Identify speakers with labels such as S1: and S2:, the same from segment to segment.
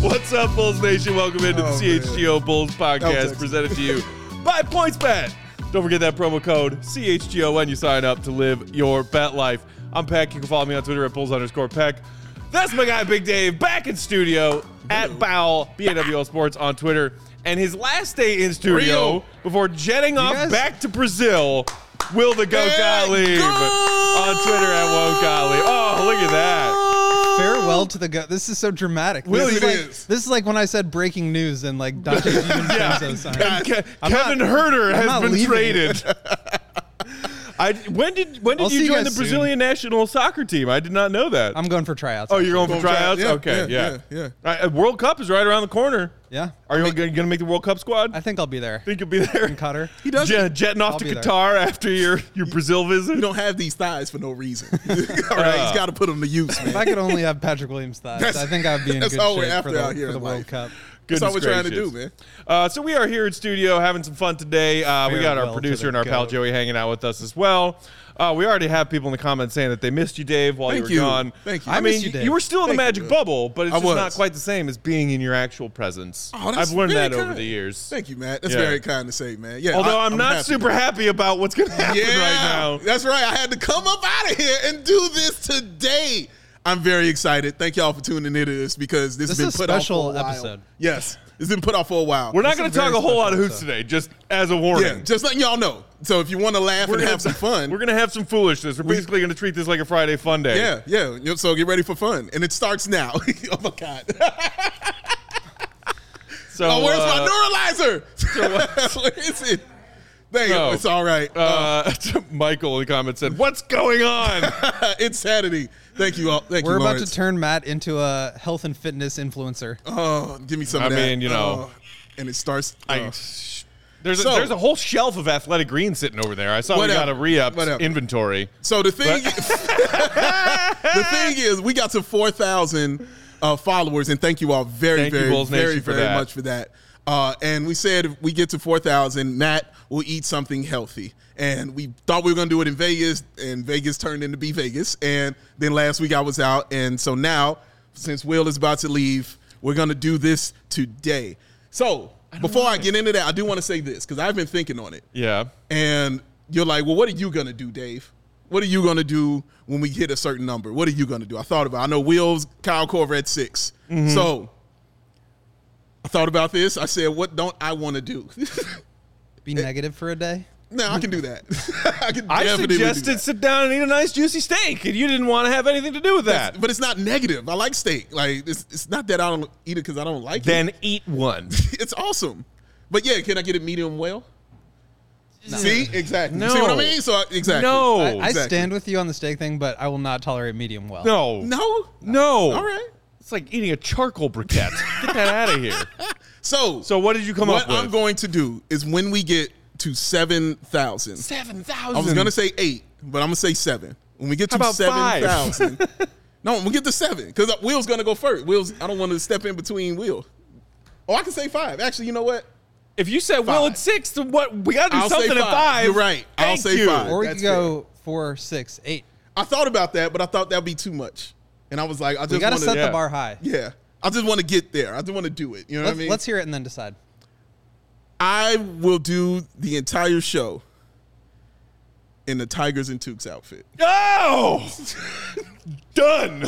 S1: What's up, Bulls Nation? Welcome into
S2: Oh,
S1: the CHGO Bulls podcast
S2: Celtics.
S1: presented to you by PointsBet. Don't forget that promo code CHGO when you sign up to live your bet life. I'm Peck. You can follow me on Twitter at Bulls underscore Peck. That's my guy, Big Dave, back in studio at Bowel, BNWL Sports on Twitter. And his last day in studio
S2: Rio.
S1: before jetting off
S2: guys-
S1: back to Brazil, Will the Goat
S2: Yeah,
S1: Gottlieb
S2: go!
S1: on Twitter at Woke Gottlieb. Oh, look at that.
S3: Farewell to the go. This is so dramatic.
S1: Will,
S3: this
S1: it
S3: like,
S2: is.
S3: This is like when I said breaking news and like Dante DiVincenzo signed.
S1: And Ke-
S3: I'm not-
S1: Kevin Herter has
S3: not
S1: been
S3: leaving.
S1: traded. I when did when did
S3: I'll see
S1: you
S3: you
S1: join the
S3: guys soon.
S1: Brazilian national soccer team? I did not know that.
S3: I'm going for tryouts.
S1: oh, you're going for
S2: Going for-
S1: tryouts?
S2: yeah,
S1: okay, yeah,
S2: yeah, yeah, yeah.
S1: All right, uh, World Cup is right around the corner.
S3: yeah.
S1: Are you going to make the World Cup squad?
S3: I
S1: I
S3: think I'll be there.
S1: think you'll be there.
S3: In Qatar.
S2: He doesn't.
S1: Jet- jetting off
S3: I'll
S1: to
S3: be there.
S1: Qatar after your your Brazil visit.
S2: You don't have these thighs for no reason. All right,
S1: Uh,
S2: he's got to put them to use, man.
S3: If I could only have Patrick Williams thighs, I think I'd be in
S2: that's
S3: good
S2: all we're
S3: shape
S2: after
S3: for the,
S2: out here
S3: for the
S2: in
S3: World
S2: life.
S3: Cup.
S2: That's all we're
S1: Goodness
S2: trying to
S1: gracious.
S2: do, man.
S1: Uh, so we are here in studio having some fun today. Uh, we got our
S3: Farewell to
S1: producer
S3: the
S1: and our pal
S3: goat.
S1: Joey hanging out with us as well. Uh, we already have people in the comments saying that they missed you, Dave, while
S2: Thank
S1: you were
S2: you.
S1: gone.
S2: Thank you.
S1: I,
S2: I
S1: mean,
S3: missed you,
S1: you,
S3: Dave.
S1: were still in the
S2: Thank
S1: magic
S2: you, Will.
S1: bubble, but it's
S2: I
S1: just not
S2: was.
S1: quite the same as being in your actual presence.
S2: Oh, that's
S1: I've learned
S2: very
S1: that over
S2: kind.
S1: the years.
S2: Thank you, Matt. That's
S1: Yeah.
S2: very kind to say, man. Yeah.
S1: Although I,
S2: I-
S1: am not
S2: happy.
S1: super happy about what's going to happen
S2: Yeah,
S1: right now.
S2: that's right. I had to come up out of here and do this today. I'm very excited. Thank y'all for tuning into this because this,
S3: This
S2: has been
S3: is a
S2: put
S3: special
S2: off for a while.
S3: episode.
S2: Yes, it's been put off for a while.
S1: We're not
S3: This
S1: going
S3: is
S1: to talk
S3: very
S1: a whole lot of
S3: special,
S1: hoops
S3: so.
S1: today, just as a
S2: yeah,
S1: warning.
S2: just letting y'all know. So if you want to laugh and
S1: gonna
S2: have some fun,
S1: We're going to have some foolishness. We're basically going to treat this like a Friday fun day.
S2: yeah, yeah. You know, So get ready for fun, and it starts now. oh my god!
S1: So
S2: Oh, where's
S1: uh,
S2: my neuralizer? Where is it? Damn,
S1: No.
S2: it's all right.
S1: Uh, Michael in the comments said, "What's going on?"
S2: it's Saturday. Thank you all. Thank
S3: We're
S2: you,
S3: about to
S2: Lawrence.
S3: turn Matt into a health and fitness influencer.
S2: Oh, give me some. of
S1: I
S2: that.
S1: mean, you know.
S2: Oh, and it starts.
S1: I,
S2: oh.
S1: there's a,
S2: So-
S1: there's a whole shelf of athletic greens sitting over there. I saw
S2: Whatever.
S1: we got a re-up
S2: Whatever.
S1: inventory.
S2: So the thing, the thing is, we got to four thousand uh, followers, and thank you all very,
S1: Thank you,
S2: very,
S1: Bulls Nation,
S2: very,
S1: for
S2: very
S1: that.
S2: much for that. Uh, and we said if we get to four thousand, Matt will eat something healthy. And we thought we were going to do it in Vegas, and Vegas turned into be Vegas. And then last week I was out, and so now since Will is about to leave, we're going to do this today. So before I get into that, I do want to say this because I've been thinking on it
S1: Yeah,
S2: and you're like, well, what are you gonna do, Dave? What are you gonna do when we hit a certain number? What are you gonna do? I thought about. I know Will's Kyle Corver at 6
S1: Mm-hmm.
S2: so I thought about this. I said, what don't I want to do?
S3: Be negative for a day.
S2: now I can do that. I can.
S1: I
S2: definitely do
S1: suggested
S2: that.
S1: sit down and eat a nice juicy steak, and you didn't want to have anything to do with that.
S2: but it's not negative. I like steak. Like it's, it's not that I don't eat it because I don't like
S1: then eat one.
S2: it. It's awesome. But yeah, can I get it medium well? See exactly. See what I
S1: No.
S2: mean? So I- exactly.
S1: No,
S3: I, I
S2: Oh, exactly.
S3: stand with you on the steak thing, but I will not tolerate medium well.
S1: no,
S2: No.
S1: no.
S2: All right.
S1: It's like eating a charcoal briquette. Get that out of here.
S2: So
S1: So what did you come up
S2: what
S1: with?
S2: I'm going to do is when we get to 7,000.
S1: Seven thousand.
S2: I was going to say 8, but I'm going to say 7. When we get
S1: How
S2: to
S1: about five?
S2: 7,000. no, when we get to 7 cuz Will's going to go first. Will's I don't want to step in between Will. Oh, I can say 5. Actually, you know what?
S1: If you said well
S2: Five.
S1: at six, then what we got to do
S2: I'll say
S1: something at
S2: five.
S1: five.
S2: You're right. I'll
S1: Thank
S2: say
S1: you.
S2: five.
S3: Or we
S2: That's
S3: could go four, six, eight.
S2: I thought about that, but I thought that'd be too much. And I was like, I just
S3: We got to
S2: wanna-
S3: set
S1: yeah.
S3: the bar high.
S2: Yeah. I just want to get there. I just want to do it. You know
S3: Let's,
S2: what I mean?
S3: let's hear it and then decide.
S2: I will do the entire show in the Tigers and Tukes outfit.
S1: Oh, done.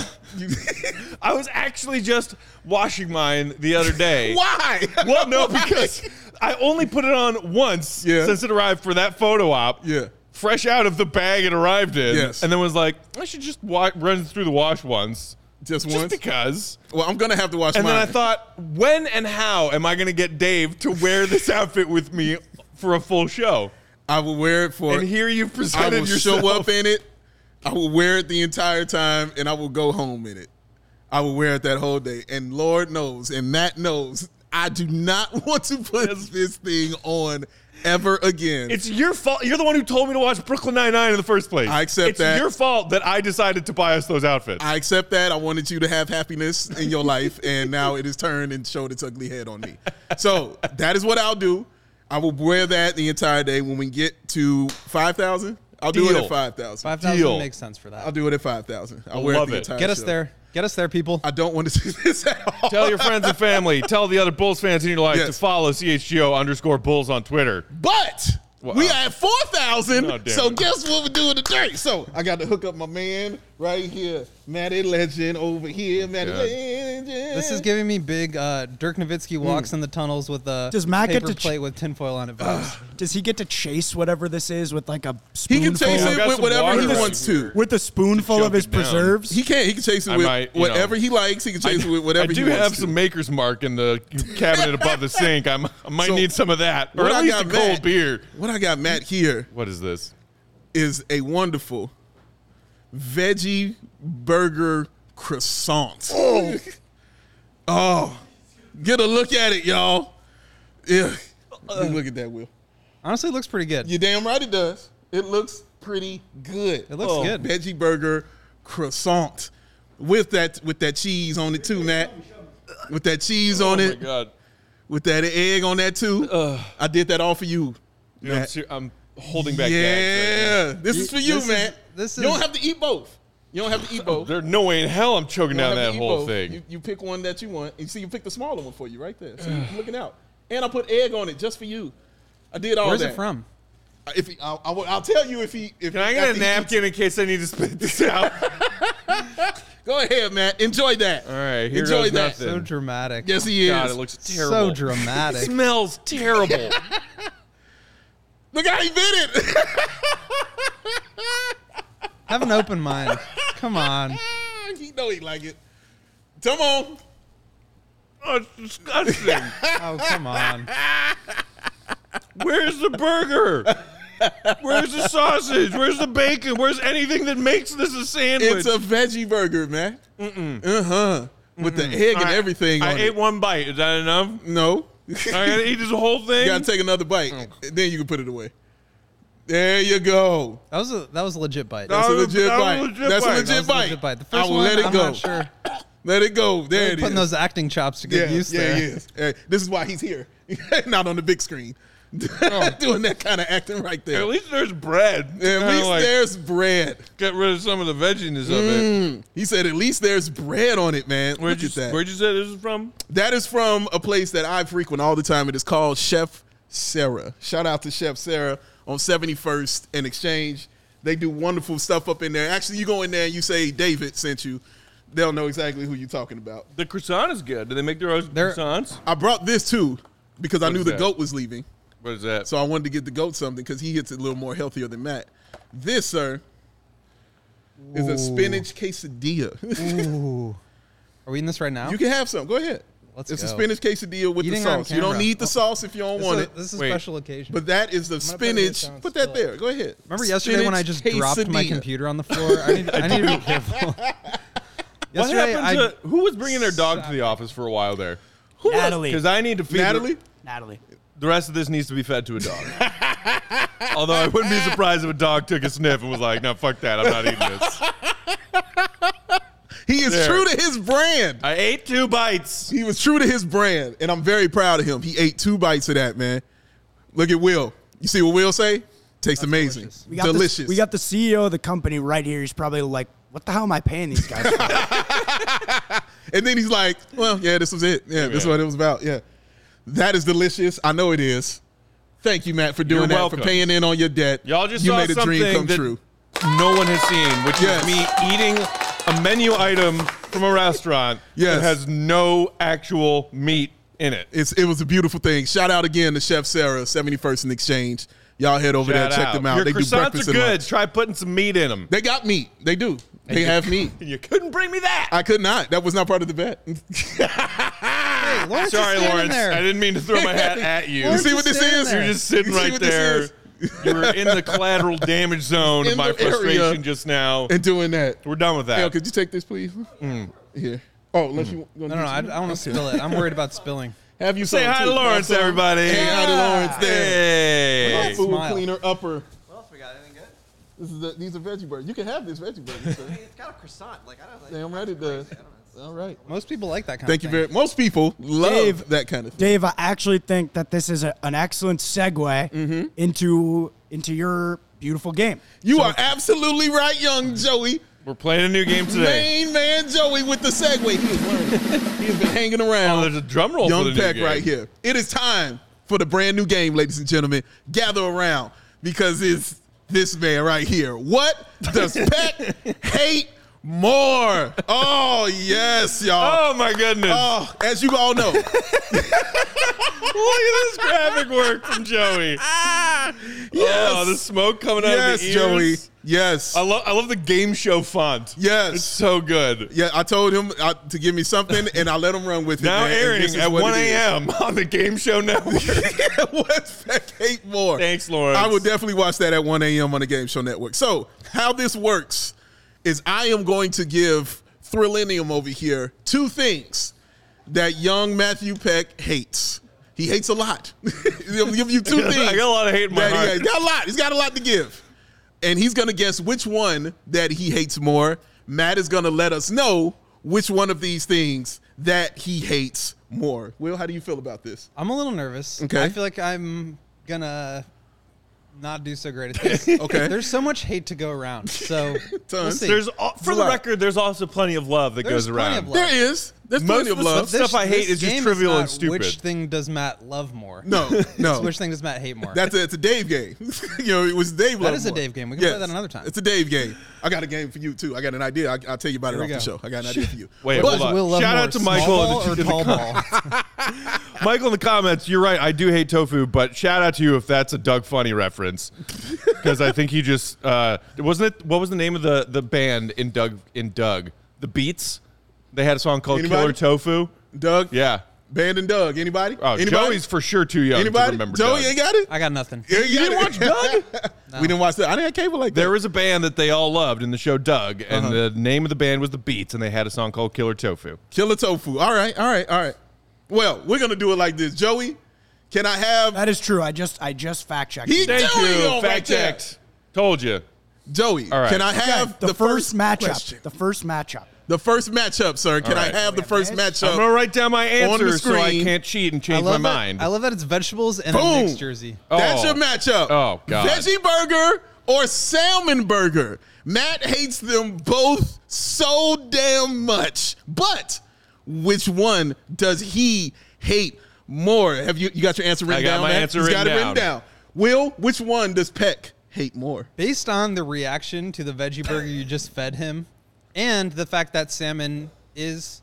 S1: I was actually just washing mine the other day.
S2: Why?
S1: Well, no,
S2: Why?
S1: because I only put it on once
S2: Yeah.
S1: since it arrived for that photo op.
S2: Yeah.
S1: Fresh out of the bag it arrived in.
S2: Yes.
S1: And then was like, I should just wa- run through the wash once.
S2: Just
S1: Just
S2: once?
S1: because.
S2: Well, I'm gonna have to watch
S1: And
S2: mine.
S1: then I thought, when and how am I going to get Dave to wear this outfit with me for a full show.
S2: I will wear it for.
S1: And here you've
S2: I
S1: presented
S2: will
S1: yourself.
S2: show up in it. I will wear it the entire time, and I will go home in it. I will wear it that whole day, and Lord knows, and Matt knows, I do not want to put this thing on ever again.
S1: It's your fault. You're the one who told me to watch Brooklyn Nine Nine in the first place.
S2: I accept
S1: it's
S2: that.
S1: Your fault that I decided to buy us those outfits.
S2: I accept that. I wanted you to have happiness in your life, and now it has turned and showed its ugly head on me. So that is what I'll do. I will wear that the entire day. When we get to five thousand, I'll do it
S1: Deal.
S2: at five thousand.
S3: Five thousand
S1: Deal.
S3: makes sense for that.
S2: I'll do it at five thousand. I'll wear
S1: love
S2: it the
S1: it.
S2: entire.
S3: Get us
S2: show.
S3: there. Get us there, people.
S2: I don't want to see this at all.
S1: Tell your friends and family. Tell the other Bulls fans in your life
S2: Yes.
S1: to follow CHGO underscore Bulls on Twitter.
S2: But
S1: Well,
S2: we
S1: uh,
S2: are at 4,000.
S1: No, damn
S2: so
S1: it.
S2: guess what we're doing today? So I got to hook up my man right here, Matty Legend over here. Matty
S1: God.
S2: Legend.
S3: This is giving me big uh, Dirk Nowitzki
S2: Hmm.
S3: walks in the tunnels with a
S4: Does Matt get
S3: paper
S4: to ch-
S3: plate with tinfoil on it. vibes.
S4: Does he get to chase whatever this is with like a
S2: He
S4: spoonful?
S2: can chase
S1: I've
S2: it
S1: got
S2: with
S1: some
S2: whatever
S1: water
S2: he
S1: right
S2: wants
S1: here.
S2: to.
S4: with a spoonful of
S1: Choke
S4: his
S1: it down.
S4: preserves.
S2: He can. He can chase it
S1: I
S2: with
S1: might, you
S2: whatever
S1: know,
S2: he likes. He can chase it with whatever
S1: I do
S2: he wants
S1: have
S2: to.
S1: some Maker's Mark in the cabinet above the sink. I'm, I might
S2: So,
S1: need some of that, or
S2: what
S1: at
S2: I
S1: least a
S2: got
S1: cold
S2: Matt-
S1: beer.
S2: What I got, Matt, here
S1: What is this?
S2: is a wonderful veggie burger croissant. Oh, get a look at it, y'all. Yeah, look at that, Will.
S3: Honestly, it looks pretty good.
S2: You're damn right it does. It looks pretty good.
S3: It looks good.
S2: Veggie burger croissant with that with that cheese on it too, Matt. With that cheese on
S1: oh
S2: it,
S1: my god!
S2: with that egg on that too.
S1: Uh.
S2: I did that all for you.
S1: Dude, I'm,
S2: Matt.
S1: ser- I'm holding back. gags right
S2: yeah, this is for you,
S3: This is-
S2: Matt.
S3: this
S2: you don't
S3: is-
S2: have to eat both. You don't have to eat
S1: now.
S2: both.
S1: There's no way in hell I'm choking
S2: You
S1: down
S2: don't have
S1: that
S2: to eat
S1: whole
S2: both.
S1: thing.
S2: You, you pick one that you want. You see, you picked the smaller one for you right there. So you're looking out. And I put egg on it just for you. I did all
S3: Where's
S2: that.
S3: it from?
S2: If he, I'll, I'll, I'll tell you if he. If
S1: Can I
S2: he-
S1: get
S2: after
S1: a
S2: he
S1: napkin in case I need to spit this out?
S2: Go ahead, Matt. Enjoy that.
S1: All right, here
S2: Enjoy
S1: goes
S2: that.
S1: nothing.
S3: So dramatic.
S2: Yes, he is.
S1: God, it looks terrible.
S3: So dramatic.
S1: smells terrible.
S2: Look how he did it.
S3: Have an open mind. Come on.
S2: he know he like it. Come on.
S1: oh, it's disgusting.
S3: Oh, come on.
S1: Where's the burger? Where's the sausage? Where's the bacon? Where's anything that makes this a sandwich?
S2: It's a veggie burger, man. Uh huh. With the egg and
S1: I-
S2: everything
S1: I
S2: on
S1: ate
S2: it.
S1: one bite. Is that enough?
S2: No. you
S1: I gotta eat Oh. this whole thing.
S2: gotta take another bite. Then you can put it away. There you go.
S3: That was a that was a legit bite.
S1: That
S2: That's a
S1: was-
S2: legit
S1: that was
S2: bite.
S1: a legit
S2: That's
S1: bite.
S2: a
S3: That
S2: legit
S3: was a
S2: bite.
S3: legit bite. The
S2: I
S3: first
S2: will
S3: one,
S2: let it
S3: I'm
S2: go.
S3: not sure.
S2: Let it go. There it is.
S3: Putting those acting chops to
S2: yeah,
S3: good use
S2: yeah,
S3: there.
S2: he is. Hey, this is why he's here, not on the big screen, doing that kind of acting right there.
S1: Oh. At least there's bread.
S2: At
S1: Kinda
S2: least
S1: like,
S2: there's bread.
S1: Get rid of some of the vegginess of it.
S2: He said, at least there's bread on it, man.
S1: Where'd
S2: Mm, Look
S1: you,
S2: at that.
S1: where'd you say this is from?
S2: that is from a place that I frequent all the time. It is called Chef Sarah. Shout out to Chef Sarah on 71st and Exchange. They do wonderful stuff up in there. Actually, you go in there and you say David sent you, they'll know exactly who you're talking about.
S1: The croissant is good. Do they make their own
S3: They're-
S1: croissants?
S2: I brought this too because I
S1: What
S2: knew
S1: is
S2: the
S1: that?
S2: goat was leaving.
S1: What is that?
S2: So I wanted to get the goat something because he hits it a little more healthier than Matt. This, sir, is a spinach quesadilla.
S3: Ooh. Are we in this right now?
S2: you can have some. Go ahead.
S3: Let's
S2: it's a
S3: go.
S2: spinach quesadilla with
S3: Eating
S2: the
S3: on
S2: sauce. You don't
S3: camera.
S2: need the sauce if you don't
S3: this
S2: want
S3: is,
S2: it.
S3: This is a
S1: Wait.
S3: special occasion.
S2: but that is the
S3: put it in
S2: spinach.
S3: so it's
S2: Put that
S3: still-
S2: there. Go ahead.
S3: Remember yesterday when I just
S2: Spinach
S3: dropped my
S2: quesadilla.
S3: computer on the floor? I need, I need to be careful.
S1: what
S3: yesterday,
S1: happened
S3: I-
S1: to who was bringing their dog to the office for a while there? Who
S4: Natalie.
S1: Because I need to feed
S2: Natalie?
S4: Natalie.
S1: The rest of this needs to be fed to a dog. Although I wouldn't be surprised if a dog took a sniff and was like, "No, fuck that. I'm not eating this."
S2: He is
S1: There.
S2: true to his brand.
S1: I ate two bites.
S2: He was true to his brand, and I'm very proud of him. He ate two bites of that, man. Look at Will. You see what Will say? Tastes amazing.
S3: delicious.
S2: We delicious.
S4: The, we got the CEO of the company right here. He's probably like, "What the hell am I paying these guys?" for?"
S2: And then he's like, well, yeah, this was it. Yeah, this is
S1: Yeah.
S2: what it was about. Yeah. That is delicious. I know it is. Thank you, Matt, for doing
S1: You're
S2: that,
S1: welcome.
S2: for paying in on your debt.
S1: Y'all just
S2: you
S1: saw
S2: made a dream
S1: something
S2: come
S1: that
S2: true.
S1: no one has seen, which
S2: Yes.
S1: is me eating a menu item from a restaurant
S2: Yes.
S1: that has no actual meat in it.
S2: It's it was a beautiful thing. Shout out again to Chef Sarah, 71st and Exchange. Y'all head over
S1: Shout
S2: there, check them out.
S1: Your
S2: they do
S1: croissants
S2: breakfast
S1: are
S2: and
S1: good.
S2: lunch.
S1: Try putting some meat in them.
S2: They got meat. They do. They have meat.
S1: And you couldn't bring me that.
S2: I could not. That was not part of the bet.
S3: Hey, Lawrence
S1: Sorry,
S3: is standing
S1: Lawrence.
S3: there.
S1: I didn't mean to throw my hat at you.
S3: You
S2: You see what this
S3: Standing
S2: is?
S3: there.
S1: You're just sitting
S2: You see
S1: right
S2: what this
S1: there.
S2: is?
S1: You were in the collateral damage zone of
S2: In
S1: my
S2: the area.
S1: frustration just now.
S2: and doing that.
S1: We're done with
S2: Al,
S1: that.
S2: could you take this, please?
S1: Mm.
S2: Here. Oh, unless you want
S3: No, no, no, I, I don't want to spill it. I'm worried about spilling.
S2: Have you
S1: Say
S2: something,
S1: hi to
S2: too.
S1: Lawrence,
S2: Also,
S1: everybody.
S2: Hey, hi to Lawrence. There.
S1: Hey.
S2: Food
S3: Smile.
S2: cleaner upper.
S5: What else we got? Anything good?
S2: This is the, these are veggie burgers. You can have this veggie burger. Sir.
S5: It's got a croissant. Like I don't. Like,
S2: Damn right it does. All right.
S3: Most people like that kind
S2: Thank you
S3: of
S2: very.
S3: thing.
S2: Most people love
S4: Dave.
S2: that kind of thing.
S4: Dave, I actually think that this is a, an excellent segue
S2: Mm-hmm.
S4: into into your beautiful game.
S2: You are absolutely right, young Joey.
S1: We're playing a new game today.
S2: Main man Joey with the segue. He is learning. He has been hanging
S1: Oh,
S2: around.
S1: there's a drum roll for
S2: Young
S1: the new
S2: Peck
S1: game.
S2: right here. It is time for the brand new game, ladies and gentlemen. Gather around because it's this man right here. What does Peck hate more? Oh, yes, y'all.
S1: Oh my goodness.
S2: Oh, as you all know,
S1: Look at this graphic work from Joey. Oh,
S2: Ah, Yes.
S1: the smoke coming out
S2: yes,
S1: of the ears.
S2: Joey. Yes.
S1: I love I love the game show font.
S2: Yes.
S1: It's so good.
S2: yeah, I told him uh, to give me something, and I let him run with it.
S1: Now
S2: man, and this
S1: airing
S2: is
S1: at
S2: what
S1: 1
S2: it is.
S1: a.m. on the Game Show Network.
S2: what Peck hate more?
S1: Thanks, Lawrence.
S2: I will definitely watch that at 1 a.m. on the Game Show Network. So, how this works is I am going to give Thrillennium over here two things that young Matthew Peck hates. He hates a lot. He'll give you two
S1: I
S2: things.
S1: got a lot of hate in my
S2: that he
S1: heart.
S2: has. got a lot. He's got a lot to give. And he's going to guess which one that he hates more. Matt is going to let us know which one of these things that he hates more. Will, how do you feel about this?
S3: I'm a little nervous.
S2: Okay.
S3: I feel like I'm gonna not do so great at this.
S2: Okay.
S3: There's so much hate to go around. So we'll
S2: Tons.
S3: see.
S1: There's al- for
S2: a
S1: the
S2: lot.
S1: record, there's also plenty of love that
S3: There's
S1: goes
S3: plenty
S1: around.
S3: of love.
S2: There is. There's
S1: Most
S2: plenty
S1: of
S2: of
S1: the
S2: love.
S1: stuff- I hate
S3: this
S1: is just
S3: game
S1: trivial and
S3: not
S1: stupid.
S3: Which thing does Matt love more?
S2: No,
S3: It's
S2: no.
S3: Which thing does Matt hate more?
S2: That's a, it's a Dave game. you know, it was Dave.
S3: That is
S2: Lovemore.
S3: a Dave game. We can play that another time.
S2: It's a Dave game. I got a game for you too. I got an idea. I, I'll tell you about
S3: Here
S2: it off
S3: we go.
S2: the show. I got an idea for you.
S1: Wait,
S2: But-
S3: Does
S1: hold on.
S3: Will love
S1: Shout
S3: more,
S1: out to Michael in the-
S3: small ball
S1: in
S3: or
S1: the
S3: tall ball.
S1: Michael in the comments, you're right. I do hate tofu, but shout out to you if that's a Doug Funny reference, because I think he just uh, wasn't it. What was the name of the the band in Doug in Doug the Beats? They had a song called
S2: Anybody?
S1: Killer Tofu.
S2: Doug.
S1: Yeah.
S2: Band and Doug. Anybody?
S1: Oh,
S2: Anybody?
S1: Joey's for sure too young to
S2: Anybody?
S1: remember.
S2: Joey
S1: Doug.
S2: ain't got it.
S3: I got nothing.
S2: You, didn't watch Doug? We didn't watch that. I didn't have cable like that.
S1: There was a band that they all loved in the show Doug, and
S2: Uh-huh.
S1: the name of the band was the Beats, and they had a song called Killer Tofu.
S2: Killer tofu. All right. All right. All right. Well, we're gonna do it like this. Joey, can I have?
S4: That is true. I just I just fact checked.
S2: He
S4: it.
S1: Thank
S2: Joey
S1: you.
S2: on right
S1: Fact
S2: there.
S1: checked. Told you.
S2: Joey,
S1: right.
S2: can I have
S4: the, first, matchup.
S2: question?
S4: The first matchup.
S2: The first matchup, sir. Can
S1: right.
S2: I have the first
S4: Mitch?
S1: I'm
S2: matchup?
S1: gonna write down my
S2: On the
S1: answer so I
S2: screen.
S1: can't cheat and
S3: I
S1: change my
S3: love that.
S1: mind.
S3: I love that it's vegetables and a
S2: Boom.
S3: Knicks jersey.
S1: Oh.
S2: That's your matchup.
S1: Oh, God.
S2: Veggie burger or salmon burger. Matt hates them both so damn much. But which one does he hate more? Have you you got your answer written
S1: got
S2: down?
S1: my
S2: Matt?
S1: answer
S2: He's got
S1: written
S2: it written
S1: down.
S2: down. Will, which one does Peck hate more?
S3: Based on the reaction to the veggie burger you just fed him, and the fact that salmon is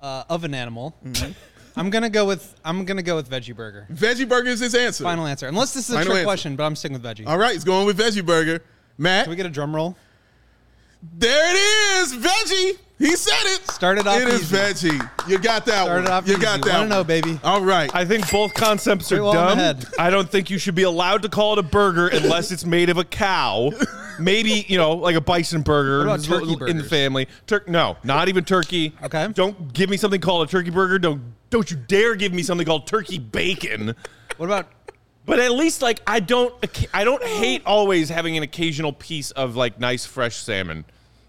S3: uh, of an animal,
S2: Mm-hmm.
S3: I'm gonna go with I'm gonna go with veggie burger.
S2: Veggie burger is his answer.
S3: Final answer. Unless this is a
S2: Final
S3: trick
S2: answer.
S3: question, but I'm sticking with veggie.
S2: All right, he's going with veggie burger. Matt,
S3: Can we get a drum roll?
S2: there it is, veggie. He said it.
S3: Started off
S2: It is
S3: easy.
S2: veggie. You got that
S3: Started
S2: one.
S3: off
S2: you
S3: easy.
S2: got that.
S3: Wanna
S2: one.
S3: know, baby.
S2: All right.
S1: I think both concepts are
S3: Pretty well on the
S1: dumb.
S3: head.
S1: I don't think you should be allowed to call it a burger unless it's made of a cow. Maybe you know, like a bison burger
S3: What about
S1: is
S3: turkey
S1: in the
S3: burgers?
S1: family. Turk? No, not even turkey.
S3: Okay.
S1: Don't give me something called a turkey burger. Don't don't you dare give me something called turkey bacon.
S3: What about
S1: But at least like I don't I don't hate always having an occasional piece of like nice fresh salmon.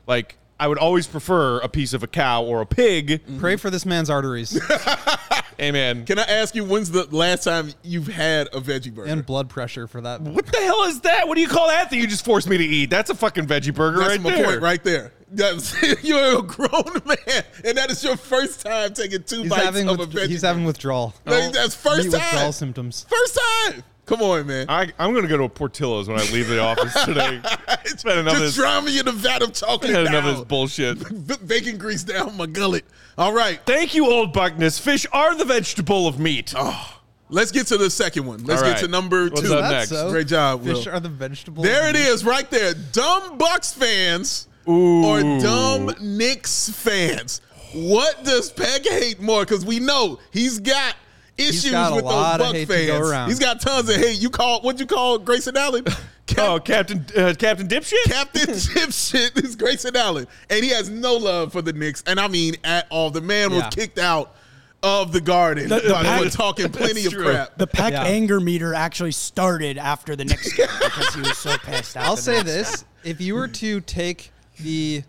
S1: Like I would always prefer a piece of a cow or a pig.
S3: pray for this man's arteries
S1: Amen.
S2: Can I ask you when's the last time you've had a veggie burger?
S3: and blood pressure for that?
S1: What the hell is that? What do you call that that you just forced me to eat? That's a fucking veggie burger
S2: That's
S1: right
S2: my
S1: there.
S2: point right there. That's- you're a grown man, and that is your first time taking two
S3: He's
S2: bites
S3: having
S2: of a
S3: with-
S2: veggie.
S3: he's having withdrawal.
S2: burger. Like, that's first
S3: Meat
S2: time.
S3: withdrawal symptoms.
S2: First time. Come on, man.
S1: I, I'm going to go to a Portillo's when I leave the office today. It's been enough of this,
S2: Just drown me in a vat of chocolate.
S1: had enough of this
S2: now.
S1: bullshit.
S2: B- bacon grease down my gullet. All right,
S1: Thank you, Old Buckness. Fish are the vegetable of meat.
S2: let's get to the second one. Let's
S1: All
S2: get
S1: right.
S2: to number
S1: What's
S2: two.
S1: up next.
S3: That's so.
S2: Great job, Will.
S3: Fish are the vegetables.
S2: There it is, right there. Dumb Bucks fans or dumb Knicks fans. What does Peg hate more? Because we know he's got issues
S3: got a
S2: with those
S3: lot of
S2: Buck
S3: hate to go
S2: fans.
S3: around.
S2: He's got tons of hate. You call what'd you call Grayson Allen? Cap-
S1: Oh, Captain uh, Captain Dipshit.
S2: Captain Dipshit is Grayson Allen, and he has no love for the Knicks, and I mean at all. The man was
S3: Yeah.
S2: kicked out of the Garden.
S4: The- the
S2: Like,
S4: Pac-
S2: we're talking plenty of
S1: true.
S2: crap.
S4: The Peck
S3: Yeah.
S4: anger meter actually started after the Knicks game because he was so pissed.
S3: I'll
S4: after the
S3: say
S4: Knicks game.
S3: this: if you were to take the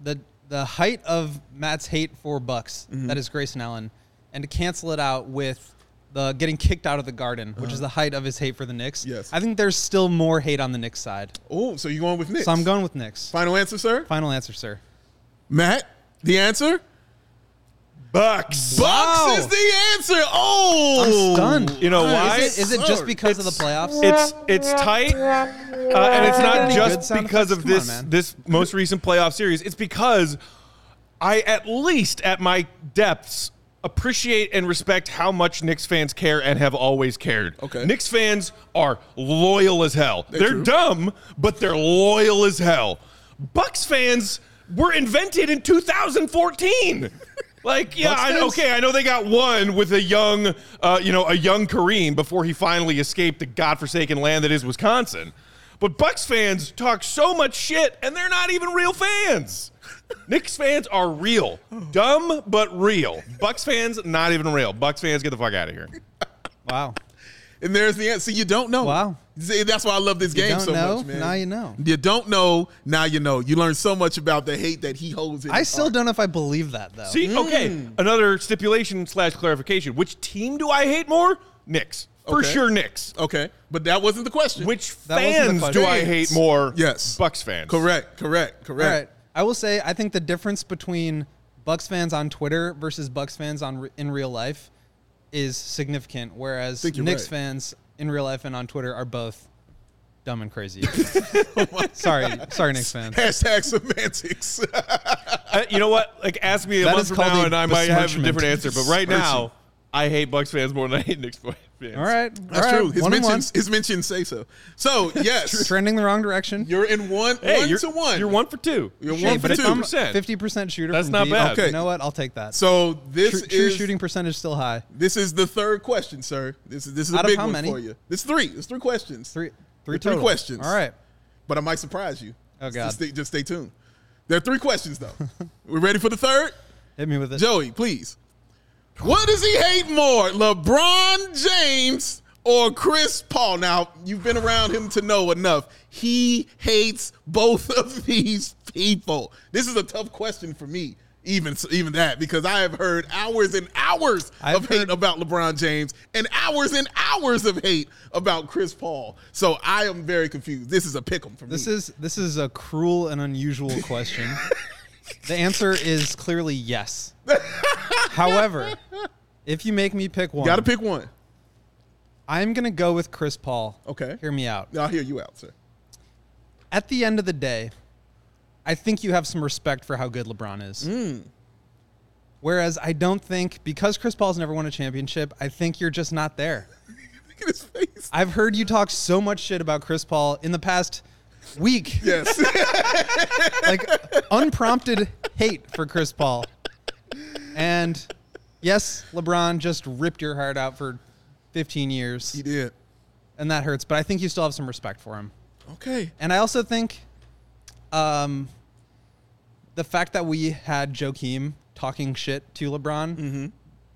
S3: the the height of Matt's hate for Bucks,
S2: Mm-hmm.
S3: that is Grayson Allen, and to cancel it out with the getting kicked out of the Garden, which is the height of his hate for the Knicks.
S2: Uh-huh. Yes.
S3: I think there's still more hate on the Knicks side.
S2: oh, so you going with Knicks?
S3: So I'm going with Knicks.
S2: Final answer, sir.
S3: Final answer, sir.
S2: Matt, the answer.
S1: Bucks.
S2: Bucks
S3: Wow.
S2: is the answer.
S3: I'm
S2: Oh,
S3: stunned.
S1: You know
S3: Is
S1: why?
S3: it- Is it just
S2: Sir,
S3: because of the playoffs?
S1: It's it's tight, uh, and it's not
S3: Any good
S1: just
S3: sound
S1: because of
S3: effects? Come on,
S1: this
S3: man.
S1: this most recent playoff series. It's because I, at least at my depths, appreciate and respect how much Knicks fans care and have always cared.
S2: Okay.
S1: Knicks fans are loyal as hell. They're
S2: true.
S1: dumb, but they're loyal as hell. Bucks fans were invented in 2014. Like yeah,
S2: Bucks
S1: I,
S2: fans?
S1: okay, I know they got one with a young, uh, you know, a young Kareem before he finally escaped the godforsaken land that is Wisconsin. But Bucks fans talk so much shit, and they're not even real fans. Knicks fans are real, dumb but real. Bucks fans not even real. Bucks fans get the fuck out of here.
S3: wow.
S2: And there's the answer. You don't know.
S3: Wow.
S2: See, that's why I love this game
S3: don't
S2: so
S3: know,
S2: much, man.
S3: now you know.
S2: You don't know. Now you know. You learn so much about the hate that he holds. In
S3: I
S2: his
S3: still
S2: heart.
S3: don't know if I believe that though.
S1: See, okay, another stipulation slash clarification. Which team do I hate more? Knicks, for
S2: Okay.
S1: sure. Knicks.
S2: Okay, but that wasn't the question.
S1: Which
S3: That wasn't the
S1: fans do I
S3: question.
S1: hate more?
S2: Yes.
S1: Bucks fans.
S2: Correct. Correct.
S3: All right.
S2: Correct.
S3: I will say I think the difference between Bucks fans on Twitter versus Bucks fans on re- in real life is significant, whereas
S2: think you're
S3: Knicks
S2: right.
S3: fans in real life and on Twitter are both dumb and crazy. sorry, sorry, Knicks fans.
S2: Hashtag semantics.
S1: Uh, you know what? Like, ask me a
S3: That
S1: month
S3: is
S1: from
S3: called
S1: now,
S3: a
S1: and I might have a
S3: besmirchment.
S1: different answer. But right now, I hate Bucks fans more than I hate Knicks fans.
S3: All right, all
S2: That's
S3: right,
S2: true. His
S3: one and one.
S2: mentions. His mentions say so. So yes,
S3: Trending the wrong direction.
S2: you're in one.
S1: Hey,
S2: one
S1: you're,
S2: to one.
S1: You're one for two.
S2: You're one
S3: Hey,
S2: for
S3: but if
S2: two.
S3: I'm
S1: percent.
S3: fifty percent shooter,
S1: That's
S3: from
S1: not
S3: deep,
S1: bad.
S2: Okay.
S3: You know what? I'll take that.
S2: So this
S3: true, true
S2: is
S3: shooting percentage still high.
S2: This is the third question, sir. This is this is a
S3: Out of
S2: big
S3: how
S2: one
S3: many?
S2: for you. It's three. It's three questions.
S3: Three, three,
S2: Three
S3: total.
S2: questions.
S3: All right.
S2: But I might surprise you.
S3: Oh, God.
S2: Just stay, just stay tuned. There are three questions though. We're ready for the third.
S3: Hit me with it.
S2: Joey, please. What does he hate more, LeBron James or Chris Paul? Now, you've been around him to know enough. He hates both of these people. This is a tough question for me, even even that, because I have heard hours and hours
S3: I've
S2: of hate about LeBron James and hours and hours of hate about Chris Paul. So I am very confused. This is a pick 'em for
S3: This
S2: me.
S3: is this is a cruel and unusual question. the answer is clearly yes. However, if you make me pick one,
S2: Got to pick one.
S3: I'm gonna go with Chris Paul.
S2: Okay.
S3: hear me out.
S2: I'll hear you out, sir.
S3: At the end of the day, I think you have some respect for how good LeBron is.
S2: Hmm.
S3: Whereas I don't think because Chris Paul's never won a championship, I think you're just not there.
S2: Look at his face.
S3: I've heard you talk so much shit about Chris Paul in the past week.
S2: Yes.
S3: like unprompted hate for Chris Paul. And yes, LeBron just ripped your heart out for 15 years,
S2: he did.
S3: and that hurts. But I think you still have some respect for him.
S2: Okay.
S3: And I also think, um, the fact that we had Joakim talking shit to LeBron
S2: Mm-hmm.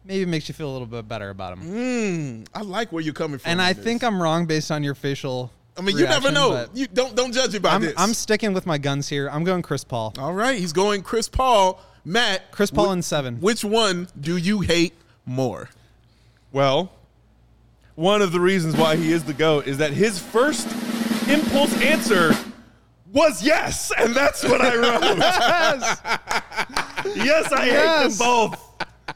S3: maybe makes you feel a little bit better about him.
S2: Mm, I like where you're coming from.
S3: And I
S2: on this.
S3: think I'm wrong based on your facial.
S2: I mean, you never
S3: reaction,
S2: know.
S3: but
S2: You don't don't judge it by
S3: I'm,
S2: this. Oh.
S3: I'm sticking with my guns here. I'm going Chris Paul.
S2: All right, he's going Chris Paul, Matt.
S3: Chris Paul
S2: wh-
S3: in seven.
S2: Which one do you hate more?
S1: Well, one of the reasons why he is the GOAT is that his first impulse answer was yes, and that's what I wrote.
S3: Yes!
S1: yes, I hate them
S3: Yes.
S1: both.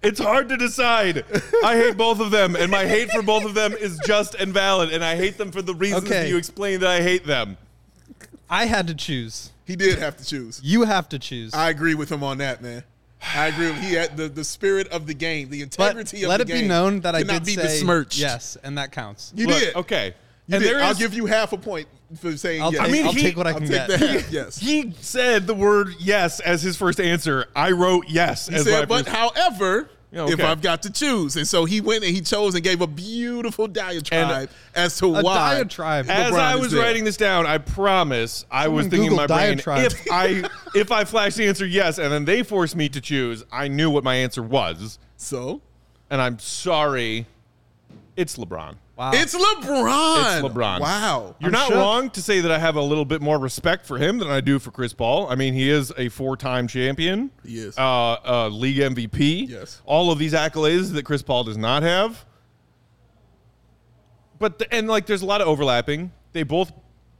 S1: It's hard to decide. I hate both of them, and my hate for both of them is just and valid, and I hate them for the reasons
S3: Okay.
S1: that you explained that I hate them.
S3: I had to choose.
S2: He did have to choose.
S3: You have to choose.
S2: I agree with him on that, man. I agree. With, he had the, the spirit of the game,
S3: but
S2: the integrity of
S3: let
S2: the
S3: it
S2: game.
S3: be known that I
S2: cannot
S3: did
S2: be
S3: say
S2: besmirched.
S3: yes, and that counts.
S2: you
S1: Look,
S2: did.
S1: Okay. and
S2: did.
S1: there
S2: I'll
S1: is-
S2: give you half a point for saying
S3: I'll,
S2: yes.
S3: take,
S1: mean,
S3: I'll
S1: he-
S3: take what I
S2: I'll
S3: can get.
S2: take the half, yes.
S1: He said the word yes as his first answer. I wrote yes
S2: He
S1: as my
S2: said, but
S1: first.
S2: however,
S1: Yeah, okay.
S2: if I've got to choose. And so he went and he chose and gave a beautiful diatribe as to
S3: A
S2: why.
S3: diatribe.
S1: as
S2: LeBron
S1: I
S2: is
S1: was
S2: there.
S1: writing this down, I promise I was
S3: Someone
S1: thinking in my
S3: Google
S1: brain
S3: diatribe.
S1: if I if I flashed the answer yes and then they forced me to choose, I knew what my answer was,
S2: So
S1: and I'm sorry. It's LeBron.
S3: Wow.
S2: it's LeBron.
S1: It's LeBron.
S2: Wow.
S1: You're not
S3: shook.
S1: wrong to say that I have a little bit more respect for him than I do for Chris Paul. I mean, he is a four-time champion.
S2: He is.
S1: Uh, uh, league MVP.
S2: Yes.
S1: All of these accolades that Chris Paul does not have. But the, and like, there's a lot of overlapping. They both,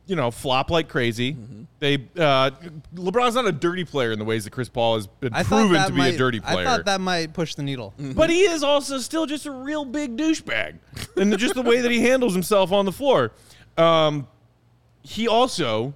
S1: you know, flop like crazy.
S3: Mm-hmm.
S1: They uh, LeBron's not a dirty player in the ways that Chris Paul has been
S3: I thought
S1: proven
S3: that
S1: to be
S3: might,
S1: a dirty player.
S3: I thought that might push the needle.
S2: Mm-hmm.
S1: But he is also still just a real big douchebag, and just the way that he handles himself on the floor. Um, he also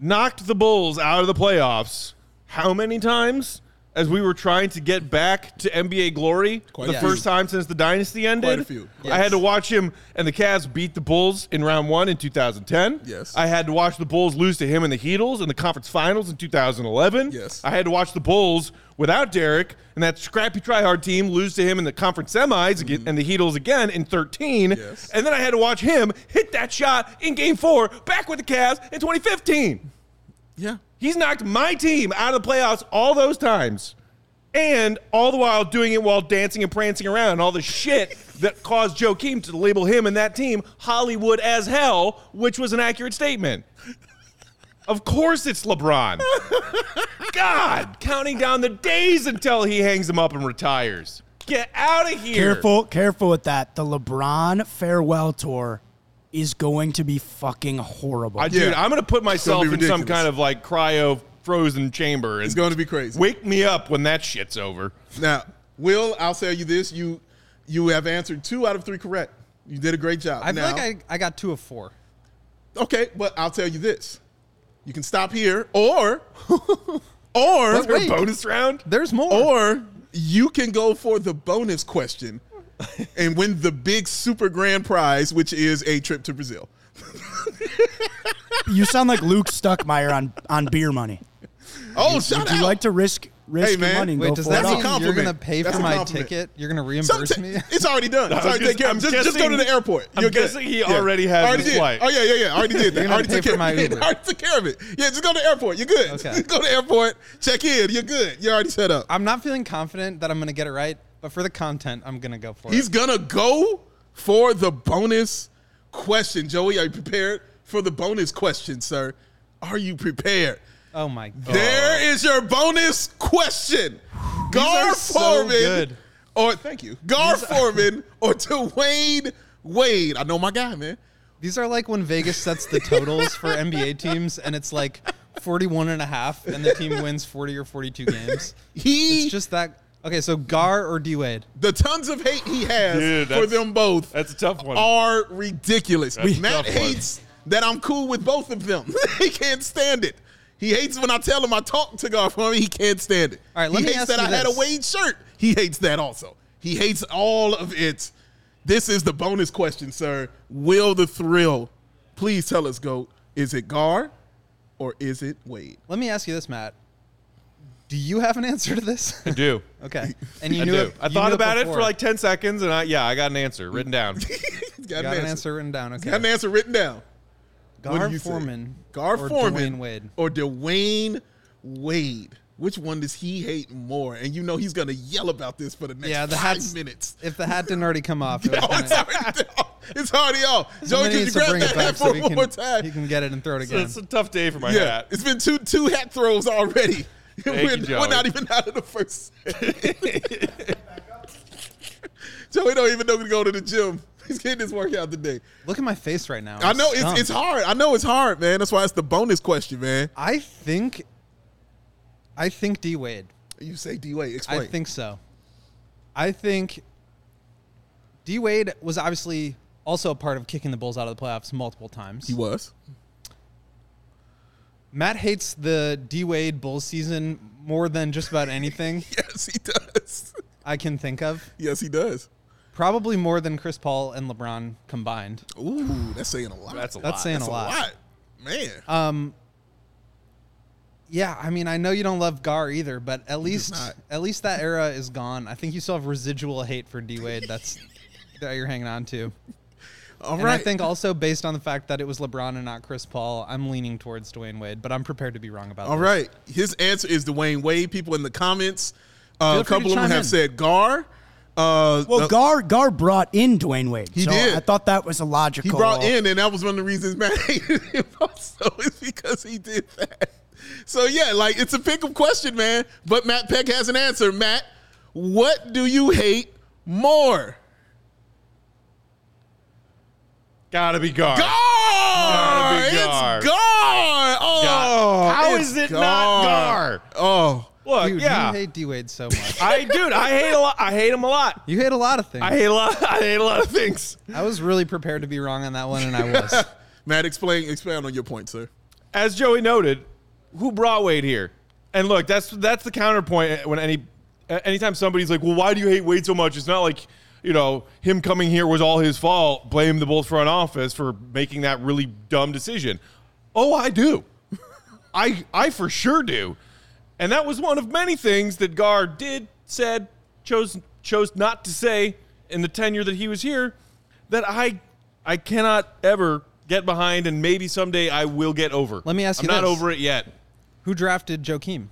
S1: knocked the Bulls out of the playoffs. How many times? As we were trying to get back to NBA glory,
S2: Quite
S1: the
S2: a
S1: first
S2: few.
S1: time since the dynasty ended.
S2: Quite a few. Quite
S1: I
S2: a
S1: had to watch him and the Cavs beat the Bulls in round one in 2010.
S2: Yes.
S1: I had to watch the Bulls lose to him in the Heatles in the conference finals in 2011.
S2: Yes.
S1: I had to watch the Bulls without Derek and that scrappy tryhard team lose to him in the conference semis again, and the Heatles again in 13.
S2: Mm-hmm. Yes.
S1: And then I had to watch him hit that shot in game four back with the Cavs in 2015.
S2: Yeah.
S1: He's knocked my team out of the playoffs all those times. And all the while doing it while dancing and prancing around and all the shit that caused Joakim to label him and that team Hollywood as hell, which was an accurate statement. Of course it's LeBron. God, counting down the days until he hangs him up and retires. Get out of here.
S4: Careful, careful with that. The LeBron farewell tour is going to be fucking horrible.
S1: I, Uh, dude,
S2: Yeah.
S1: I'm gonna put myself in some
S2: ridiculous.
S1: kind of like cryo frozen chamber. And
S2: It's going to be crazy.
S1: wake me up when that shit's over.
S2: Now, Will, I'll tell you this. You you have answered two out of three correct. You did a great job.
S3: I feel
S2: now,
S3: like I, I got two of four.
S2: Okay, but I'll tell you this. You can stop here or or
S3: But wait.
S1: Bonus round.
S3: There's more.
S2: Or you can go for the bonus question and win the big super grand prize, which is a trip to Brazil.
S4: you sound like Luke Stuckmeyer on on beer money.
S2: Oh, shout
S4: Would
S2: out.
S4: you like to risk risk
S2: Hey,
S4: your
S2: man.
S4: money and
S3: Wait,
S4: go
S3: does
S4: for
S3: that
S4: it?
S2: That's a
S3: mean
S2: compliment.
S3: you're gonna pay
S2: That's
S3: for
S2: a
S3: my
S2: compliment.
S3: ticket? You're gonna
S2: Some-
S3: reimburse me?
S2: It's already done.
S1: I
S2: It's
S1: was
S2: already taken care of.
S1: I'm
S2: Just, just go
S1: guessing-
S2: to the airport.
S1: I'm
S2: You're good.
S1: guessing he already has
S2: already
S1: his
S2: did.
S1: flight.
S2: Oh yeah, yeah, yeah. Already did.
S3: gonna
S2: already
S3: pay
S2: took
S3: for
S2: care
S3: my
S2: of it.
S3: Uber.
S2: Already took care of it. Yeah, just go to the airport. You're good.
S3: Okay.
S2: go to the airport. Check in. You're good. You're already set up.
S3: I'm not feeling confident that I'm gonna get it right, but for the content, I'm gonna go for
S2: He's
S3: it.
S2: gonna go for the bonus question. Joey, are you prepared for the bonus question, sir? Are you prepared?
S3: Oh my god.
S2: There is your bonus question. Gar
S3: are so
S2: Foreman,
S3: good.
S2: or thank you, Gar Foreman, or Dwayne Wade. I know my guy, man.
S3: These are like when Vegas sets the totals for NBA teams and it's like 41 and a half and the team wins 40 or 42 games.
S2: He
S3: It's just that. Okay, so Gar or D Wade?
S2: the tons of hate he has
S1: Dude,
S2: for
S1: that's-
S2: them both
S1: That's a tough one.
S2: are ridiculous.
S1: That's a
S2: Matt
S1: tough one.
S2: hates that I'm cool with both of them. he can't stand it. He hates when I tell him I talk to God for him. He can't stand it.
S3: All right, let
S2: he
S3: me
S2: hates
S3: ask
S2: that
S3: you
S2: I had a
S3: this.
S2: Wade shirt. He hates that also. He hates all of it. This is the bonus question, sir. Will the thrill? Please tell us, Goat. Is it Gar or is it Wade?
S3: Let me ask you this, Matt. Do you have an answer to this?
S1: I do.
S3: okay. And you
S1: I
S3: knew
S1: do.
S3: it.
S1: I
S3: you
S1: thought
S3: knew
S1: about it, for
S3: before.
S1: like 10 seconds, and I, yeah, I got an answer written down.
S2: He's
S3: You got an answer written down. Okay.
S2: Got an answer written down. What
S3: Gar
S2: do you say?
S3: Foreman.
S2: Gar
S3: or
S2: Foreman, Oh,
S3: Dwayne Wade.
S2: or Dwayne Wade. Which one does he hate more? And you know he's gonna yell about this for the next
S3: Yeah, the
S2: five
S3: hat's-
S2: minutes.
S3: If the hat didn't already come off, it was
S2: Oh,
S3: gonna-
S2: it's already off. It's already off. Joey,
S3: somebody
S2: can you
S3: needs to
S2: grab
S3: bring
S2: that
S3: it back
S2: hat
S3: so
S2: for
S3: we
S2: one more
S3: can, he
S2: time?
S3: can get it and throw it
S1: So
S3: again.
S1: it's a tough day for my
S2: Yeah,
S1: hat.
S2: it's been two two hat throws already.
S1: you,
S2: we're, we're
S1: Joey.
S2: not even out of the first. set. Joey don't even know to go to the gym. He's getting his workout today.
S3: Look at my face right now.
S2: I know it's
S3: dumb.
S2: it's hard. I know it's hard, man. That's why it's the bonus question, man.
S3: I think. I think D Wade.
S2: You say D Wade. Explain.
S3: I think so. I think D Wade was obviously also a part of kicking the Bulls out of the playoffs multiple times.
S2: he was.
S3: Matt hates the D Wade Bulls season more than just about anything
S2: Yes, he does.
S3: I can think of.
S2: Yes, he does.
S3: Probably more than Chris Paul and LeBron combined.
S2: Ooh, that's saying a lot.
S1: That's a
S3: That's
S1: lot.
S3: saying
S2: That's
S3: a lot. Uh,
S2: man.
S3: Yeah, I mean, I know you don't love Gar either, but at least
S2: not.
S3: at least that era is gone. I think you still have residual hate for D Wade. That's that you're hanging on to.
S2: All
S3: and
S2: right.
S3: I think also based on the fact that it was LeBron and not Chris Paul, I'm leaning towards Dwayne Wade, but I'm prepared to be wrong about
S2: All
S3: this.
S2: right. His answer is Dwayne Wade. People in the comments,
S3: Feel
S2: uh, a
S3: free to
S2: couple of them
S3: chime
S2: have
S3: in.
S2: said Gar. Uh,
S4: Well,
S2: the-
S4: Gar Gar brought in Dwayne Wade.
S2: He
S4: so
S2: did.
S4: I thought that was a
S2: he
S4: logical.
S2: brought in, and that was one of the reasons Matt hated him. Also, is because he did that. So yeah, like it's a pick-up question, man. But Matt Peck has an answer. Matt, what do you hate more?
S1: Gotta be guard.
S2: Gar.
S1: be Gar.
S2: It's Gar. Oh,
S1: How
S2: it's
S1: is it not Gar?
S2: Oh,
S1: Look,
S3: Dude,
S1: yeah.
S3: you hate D Wade so much.
S1: I dude, I hate a lot. I hate him a lot.
S3: you hate a lot of things.
S1: I hate a lot. I hate a lot of things.
S3: I was really prepared to be wrong on that one, and I was.
S2: Matt, explain expound on your point, sir.
S1: As Joey noted, who brought Wade here? And look, that's that's the counterpoint when any anytime somebody's like, "Well, why do you hate Wade so much?" It's not like you know him coming here was all his fault. Blame the Bulls front office for making that really dumb decision. Oh, I do. I I for sure do. And that was one of many things that Gar did, said, chose chose not to say in the tenure that he was here that I I cannot ever get behind and maybe someday I will get over.
S3: Let me ask you
S1: I'm not
S3: this. Mm-hmm.
S1: over it yet.
S3: Who drafted Joakim?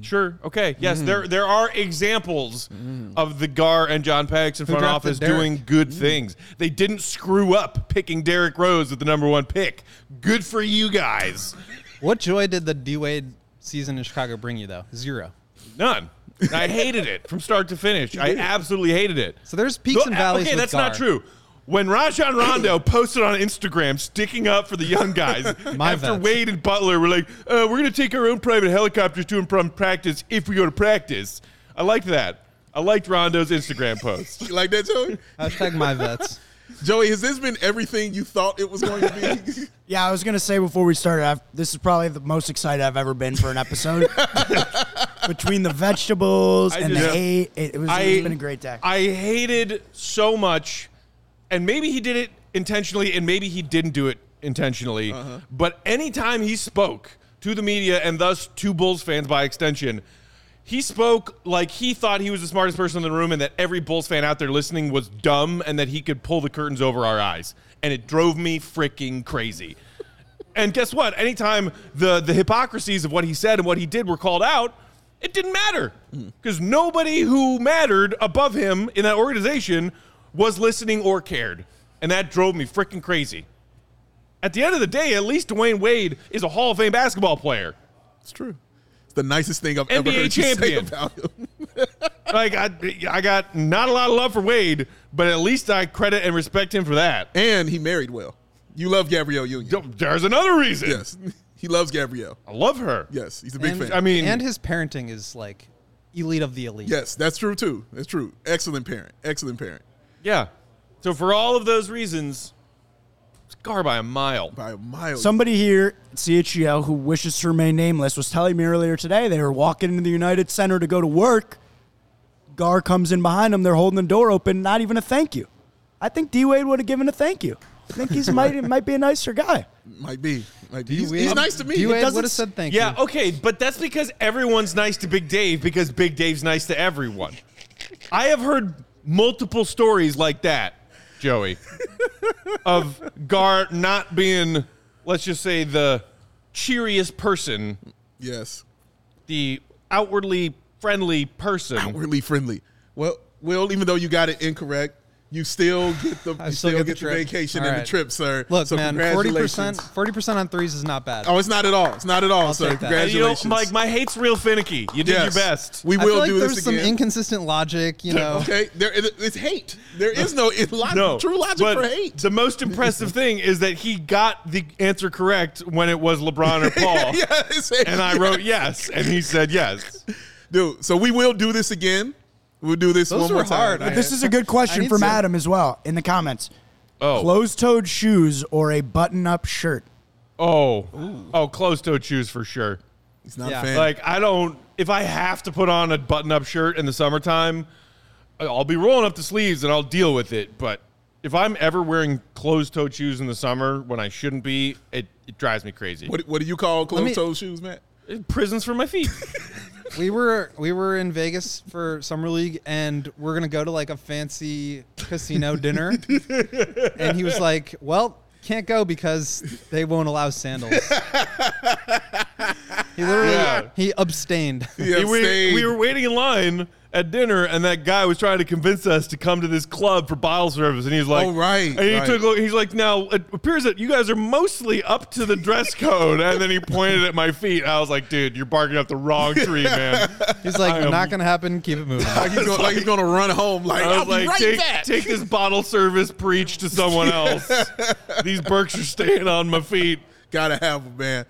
S1: Sure. Okay. Yes,
S3: Mm-hmm.
S1: there there are examples of the Gar and John Paxson front
S3: drafted
S1: office
S3: Derek? Mm-hmm.
S1: doing good things. They didn't screw up picking Derrick Rose with the number 1 pick. Good for you guys.
S3: What joy did the D Wade season in Chicago bring you, though? Zero.
S1: None. I hated it from start to finish. I absolutely hated it.
S3: So there's peaks
S1: Though-
S3: and valleys.
S1: Okay,
S3: with
S1: that's not
S3: Gar.
S1: true. When Rajon Rondo posted on Instagram, sticking up for the young guys,
S3: My
S1: after
S3: vets.
S1: Wade and Butler were like, uh, "We're going to take our own private helicopters to and from practice if we go to practice." I liked that. I liked Rondo's Instagram post.
S2: You like that, Joey?
S3: Hashtag my vets.
S2: Joey, has this been everything you thought it was going to be?
S4: Yeah, I was gonna say before we started, I've, this is probably the most excited I've ever been for an episode. Between the vegetables
S1: I
S4: and
S1: just-
S4: the hate, it, it was it's been a great day.
S1: I hated so much, and maybe he did it intentionally, and maybe he didn't do it intentionally. But anytime he spoke to the media and thus to Bulls fans by extension, he spoke like he thought he was the smartest person in the room and that every Bulls fan out there listening was dumb and that he could pull the curtains over our eyes. And it drove me freaking crazy. And guess what? Anytime the, the hypocrisies of what he said and what he did were called out, it didn't matter because nobody who mattered above him in that organization was listening or cared. And that drove me freaking crazy. At the end of the day, at least Dwayne Wade is a Hall of Fame basketball player.
S2: it's true. It's the nicest thing I've ever
S1: NBA
S2: heard
S1: champion.
S2: you say about him.
S1: Like, I, I got not a lot of love for Wade, but at least I credit and respect him for that.
S2: And he married well. You love Gabrielle Union.
S1: There's another reason.
S2: Yes, he loves Gabrielle.
S1: I love her.
S2: Yes, he's a big
S3: And-
S2: fan.
S1: I mean,
S3: and his parenting is like elite of the elite.
S2: yes, that's true too. That's true. Excellent parent. Excellent parent
S1: yeah. So, for all of those reasons, Scar by a mile.
S2: by a mile.
S4: Somebody here at CHGO who wishes to remain nameless was telling me earlier today they were walking into the United Center to go to work. Gar comes in behind them. They're holding the door open. Not even a thank you. I think D Wade would have given a thank you. I think he's might might be a nicer guy.
S2: might be. Might be. He's, he's
S3: Wade-
S2: nice to me.
S3: D Wade
S4: doesn't
S3: would have said thank
S1: Yeah,
S2: oh,
S3: you.
S1: okay, but that's because everyone's nice to Big Dave because Big Dave's nice to everyone. I have heard multiple stories like that, Joey, of Gar not being, let's just say, the cheeriest person,
S2: Yes,
S1: the outwardly friendly person.
S2: outwardly friendly. Well, well, even though you got it incorrect, you still get the
S3: still
S2: you still,
S3: get the
S2: get the,
S3: trip.
S2: vacation
S3: All
S2: and
S3: right.
S2: the trip, sir.
S3: Look,
S2: So
S3: man, forty percent,
S2: congratulations.
S3: forty percent on threes is not bad.
S2: Oh, it's not at all. It's not at all, sir.
S3: take that.
S1: And you know, like
S2: Congratulations.
S1: my hate's real finicky. You did
S2: Yes.
S1: your best.
S2: We
S3: I
S2: will
S3: feel like
S2: do
S3: there's
S2: this
S3: some
S2: again.
S3: inconsistent logic, you know.
S2: Okay, there is it's hate. There is no it, log-
S1: no
S2: true logic
S1: but
S2: for hate.
S1: The most impressive thing is that he got the answer correct when it was LeBron or Paul.
S2: yeah, it's hate.
S1: And I wrote yes, and he said yes.
S2: dude. So we will do this again. We'll do this
S3: Those
S2: one
S3: were
S2: more
S3: hard.
S2: time.
S3: I-
S4: This is a good question
S3: need
S4: from
S3: some.
S4: Adam as well in the comments.
S1: Oh,
S4: Closed-toed shoes or a button-up shirt?
S1: oh, oh, closed-toed shoes for sure.
S2: He's not
S3: Yeah.
S2: a fan.
S1: Like I don't, if I have to put on a button-up shirt in the summertime, I'll be rolling up the sleeves and I'll deal with it. But if I'm ever wearing closed-toed shoes in the summer when I shouldn't be, it, it drives me crazy.
S2: What, what do you call
S3: me-
S2: closed-toed shoes, Matt?
S1: Prisons for my feet.
S3: We were we were in Vegas for summer league, and we're gonna go to like a fancy casino dinner. and he was like, "Well, can't go because they won't allow sandals." he literally
S1: Yeah.
S3: he abstained.
S2: Yeah,
S1: we,
S2: stay-
S1: we were waiting in line at dinner, and that guy was trying to convince us to come to this club for bottle service, and he's like,
S2: Oh, right,
S1: And he
S2: right.
S1: took, a look- he's like, "Now it appears that you guys are mostly up to the dress code," and then he pointed at my feet. I was like, "Dude, you're barking up the wrong tree, man."
S3: He's like,
S1: I am-
S3: "Not gonna happen. Keep it moving."
S2: like he's gonna, like he's gonna run home. Like
S1: I was
S2: I'll be
S1: like,
S2: right
S1: take,
S2: back.
S1: take this bottle service preach to someone else. These Berks are staying on my feet.
S2: Gotta have him, man.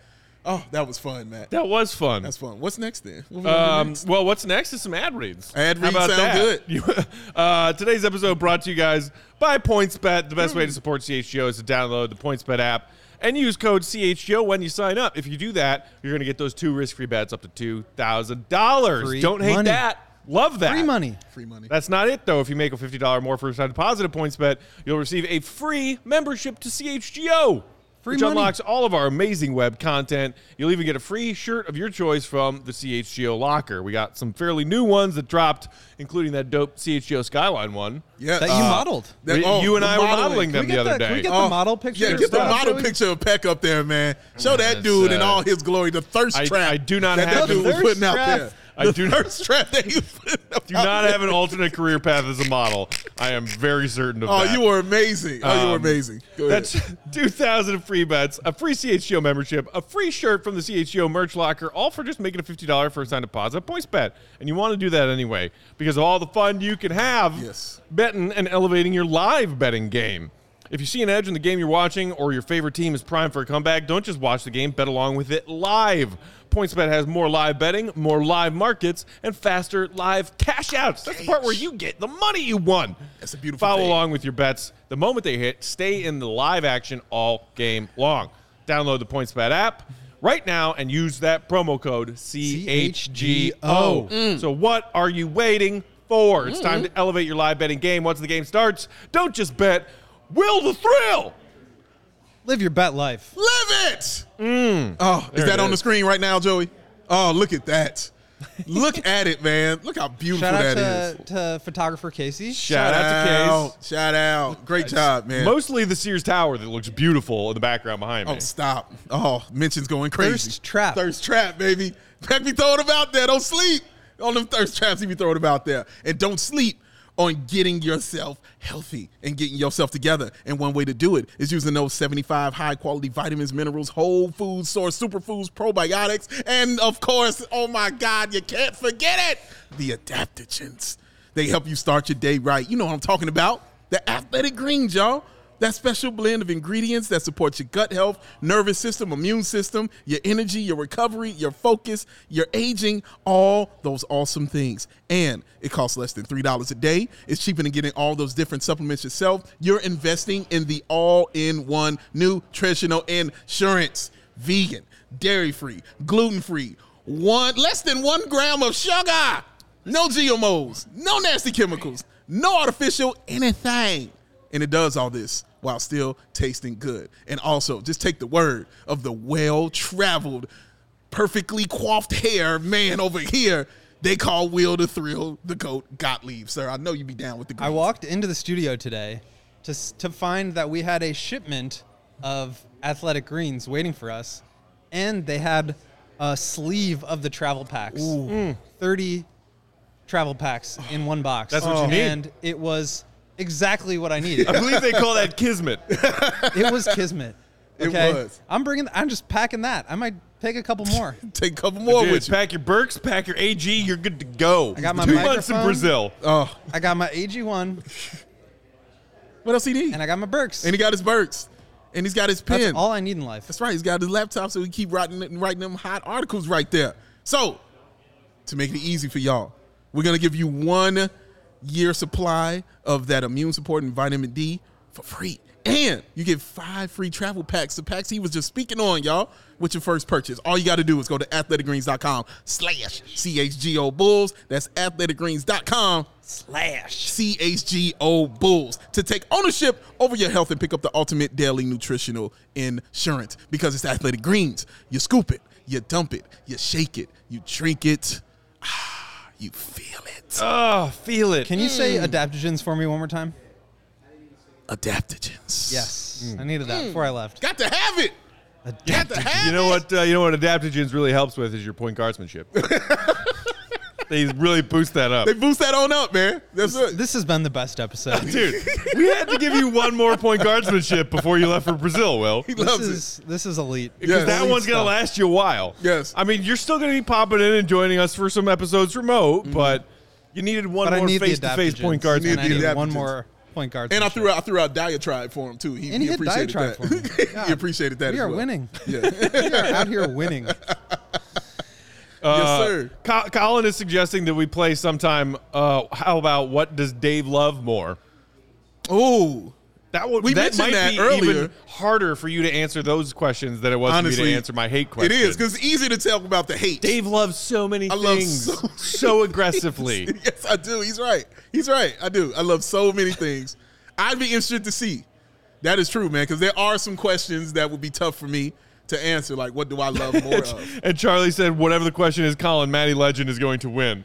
S2: Oh, that was fun, Matt.
S1: That was fun.
S2: That's fun. What's next then? What we gonna do
S1: Um,
S2: next?
S1: well, what's next is some ad reads.
S2: Ad
S1: How
S2: reads
S1: about
S2: sound
S1: that?
S2: good.
S1: You- uh, today's episode brought to you guys by PointsBet. The best way to support CHGO is to download the PointsBet app and use code CHGO when you sign up. If you do that, you're going to get those two risk-free bets up to two thousand dollars.
S3: Free
S1: Don't hate
S3: money.
S1: that. Love that.
S3: Free money.
S2: Free money.
S1: That's not it though. If you make a fifty dollar more first time deposit at PointsBet, you'll receive a free membership to CHGO.
S3: Free
S1: which
S3: money.
S1: unlocks all of our amazing web content. You'll even get a free shirt of your choice from the CHGO locker. We got some fairly new ones that dropped, including that dope CHGO Skyline one.
S2: yeah,
S3: That you
S2: uh,
S3: modeled.
S2: that-
S1: We-
S2: oh,
S1: you and
S2: the
S1: I were
S2: modeling.
S1: modeling them
S3: Can
S1: the
S3: we get
S1: other
S3: the- can
S1: day.
S3: we get the model picture
S2: Yeah, get the
S3: stuff,
S2: model
S3: Joey?
S2: picture of Peck up there, man. Show that
S1: That's,
S2: dude in
S1: uh,
S2: all his glory, the thirst
S1: I-
S2: trap.
S1: I do not
S2: that,
S1: have
S2: that dude
S1: the
S2: was
S1: thirst
S2: putting out
S3: trap.
S2: there.
S1: I
S2: the
S1: do not-
S2: thirst trap that he was putting up.
S1: Do
S3: Oh.
S1: not have an alternate career path as a model. I am very certain of
S2: Oh,
S1: that. Um,
S2: you were amazing. Oh, you were amazing. Go ahead.
S1: That's 2,000 free bets, a free CHGO membership, a free shirt from the CHGO merch locker, all for just making a $50 first time deposit at points bet. And you want to do that anyway because of all the fun you can have
S2: Yes.
S1: betting and elevating your live betting game. If you see an edge in the game you're watching or your favorite team is primed for a comeback, don't just watch the game, bet along with it live. PointsBet has more live betting, more live markets, and faster live cash outs. That's the part where you get the money you won.
S2: That's a beautiful
S1: Follow
S2: thing.
S1: along with your bets the moment they hit. Stay in the live action all game long. Download the PointsBet app right now and use that promo code CHGO.
S3: CHGO.
S1: Mm. So what are you waiting for?
S2: Mm-hmm.
S1: It's time to elevate your live betting game. Once the game starts, don't just bet. Will the thrill?
S3: Live your bet life.
S2: Live it. Oh, is
S1: Mm. There
S2: that
S1: it
S2: on the
S1: is.
S2: screen right now, Joey? Oh, look at that. look at it, man. Look how beautiful
S3: Shout out
S2: that is.
S3: to, to photographer Casey.
S1: Shout, out to Case.
S2: out. Shout out. Great job, man.
S1: Mostly the Sears Tower that looks beautiful in the background behind me.
S2: Oh, stop. Oh, mentions going crazy.
S3: Thirst trap.
S2: Thirst trap, baby. Peck be throwing them out there. Don't sleep on them thirst traps he be throwing them out there. And don't sleep on getting yourself healthy and getting yourself together. And one way to do it is using those 75 high quality vitamins, minerals, whole food source, superfoods, probiotics, and of course, oh my God, you can't forget it, the adaptogens. They help you start your day right. You know what I'm talking about. The athletic greens, y'all. That special blend of ingredients that supports your gut health, nervous system, immune system, your energy, your recovery, your focus, your aging, all those awesome things. And it costs less than $3 a day. It's cheaper than getting all those different supplements yourself. You're investing in the all in one nutritional insurance vegan, dairy free, gluten free, one less than one gram of sugar, no GMOs, no nasty chemicals, no artificial anything and it does all this while still tasting good. And also, just take the word of the well traveled, perfectly coiffed hair man over here. They call Will the Thrill the goat Gottlieb, sir. I know you be down with the goat.
S3: I walked into the studio today to, s- to find that we had a shipment of athletic greens waiting for us, and they had a sleeve of the travel packs. 30 travel packs in one box.
S1: That's what you need.
S3: And it was exactly what I needed.
S1: I believe they call that kismet.
S3: it was kismet.
S2: It
S3: Okay?
S2: was.
S3: I'm bringing I'm just packing that. I might take a couple more.
S2: Take a couple more
S1: Dude,
S2: with you.
S1: pack your Burks, pack your AG, you're good to go. I
S3: got my
S1: Two months in
S3: microphone.
S1: Brazil.
S2: Oh,
S3: I got my AG1
S2: what else he need?
S3: and
S2: And,
S3: I got my Burks.
S2: he got his birds. And he's got his pen.
S3: That's all I need in life.
S2: That's right. He's got his laptop, so he keep writing writing them hot articles right there. So, to make it easy for y'all, we're gonna give you one year supply of that immune supporting vitamin D for free. And you get five free travel packs. The packs he was just speaking on, y'all, with your first purchase. All you got to do is go to athleticgreens.com slash CHGO Bulls. That's athleticgreens.com CHGO Bulls to take ownership over your health and pick up the ultimate daily nutritional insurance because it's Athletic Greens. You scoop it, you dump it, you shake it, you drink it, ah, you feel it.
S1: Oh, feel it.
S3: Can you say
S1: Mm.
S3: adaptogens for me one more time?
S2: Adaptogens.
S3: Yes.
S1: Mm.
S3: I needed that before I left.
S2: Got to have it. Got to have
S1: You know
S2: it.
S1: what? Uh, you know what? Adaptogens really helps with is your point guardsmanship. they really boost that up,
S2: They boost that on up, man. That's it.
S3: This has been the best episode.
S1: dude. We had to give you one more point guardsmanship before you left for Brazil. Will.
S2: He
S3: This
S2: loves it.
S3: is this is elite.
S2: Yes.
S1: Because that
S2: Elite
S1: one's going to
S3: stuff.
S1: last you a while.
S2: Yes.
S1: I mean, you're still going to be popping in and joining us for some episodes remote, but you needed one
S3: Mm-hmm. But I
S1: more
S3: need
S1: face
S3: the
S1: to
S3: adaptogens.
S1: face point guard.
S3: and I
S2: the
S3: need one
S2: adaptogens.
S3: more point guard.
S2: And I threw out I threw out diatribe for him too. He,
S3: And he hit
S2: appreciated
S3: diatribe
S2: that.
S3: for me. God.
S2: he appreciated that.
S3: We
S2: as
S3: are
S2: well.
S3: winning.
S2: Yeah.
S3: We are out here winning.
S1: Uh,
S2: yes, sir.
S1: Co- Colin is suggesting that we play sometime. Uh, how about what does Dave love more?
S2: Oh,
S1: That would
S2: We
S1: that
S2: mentioned
S1: might
S2: that
S1: be even
S2: earlier.
S1: harder for you to answer those questions than it was for
S2: honestly,
S1: me to answer my hate
S2: It
S1: question.
S2: is because it's easy to tell about the hate.
S1: Dave loves so many
S2: I love
S1: things
S2: so many
S1: aggressively.
S2: yes, I do. He's right. He's right. I do. I love so many things. I'd be interested to see. That is true, man. Because there are some questions that would be tough for me to answer. Like, what do I love more of?
S1: And Charlie said, whatever the question is, Colin, Maddie Legend is going to win.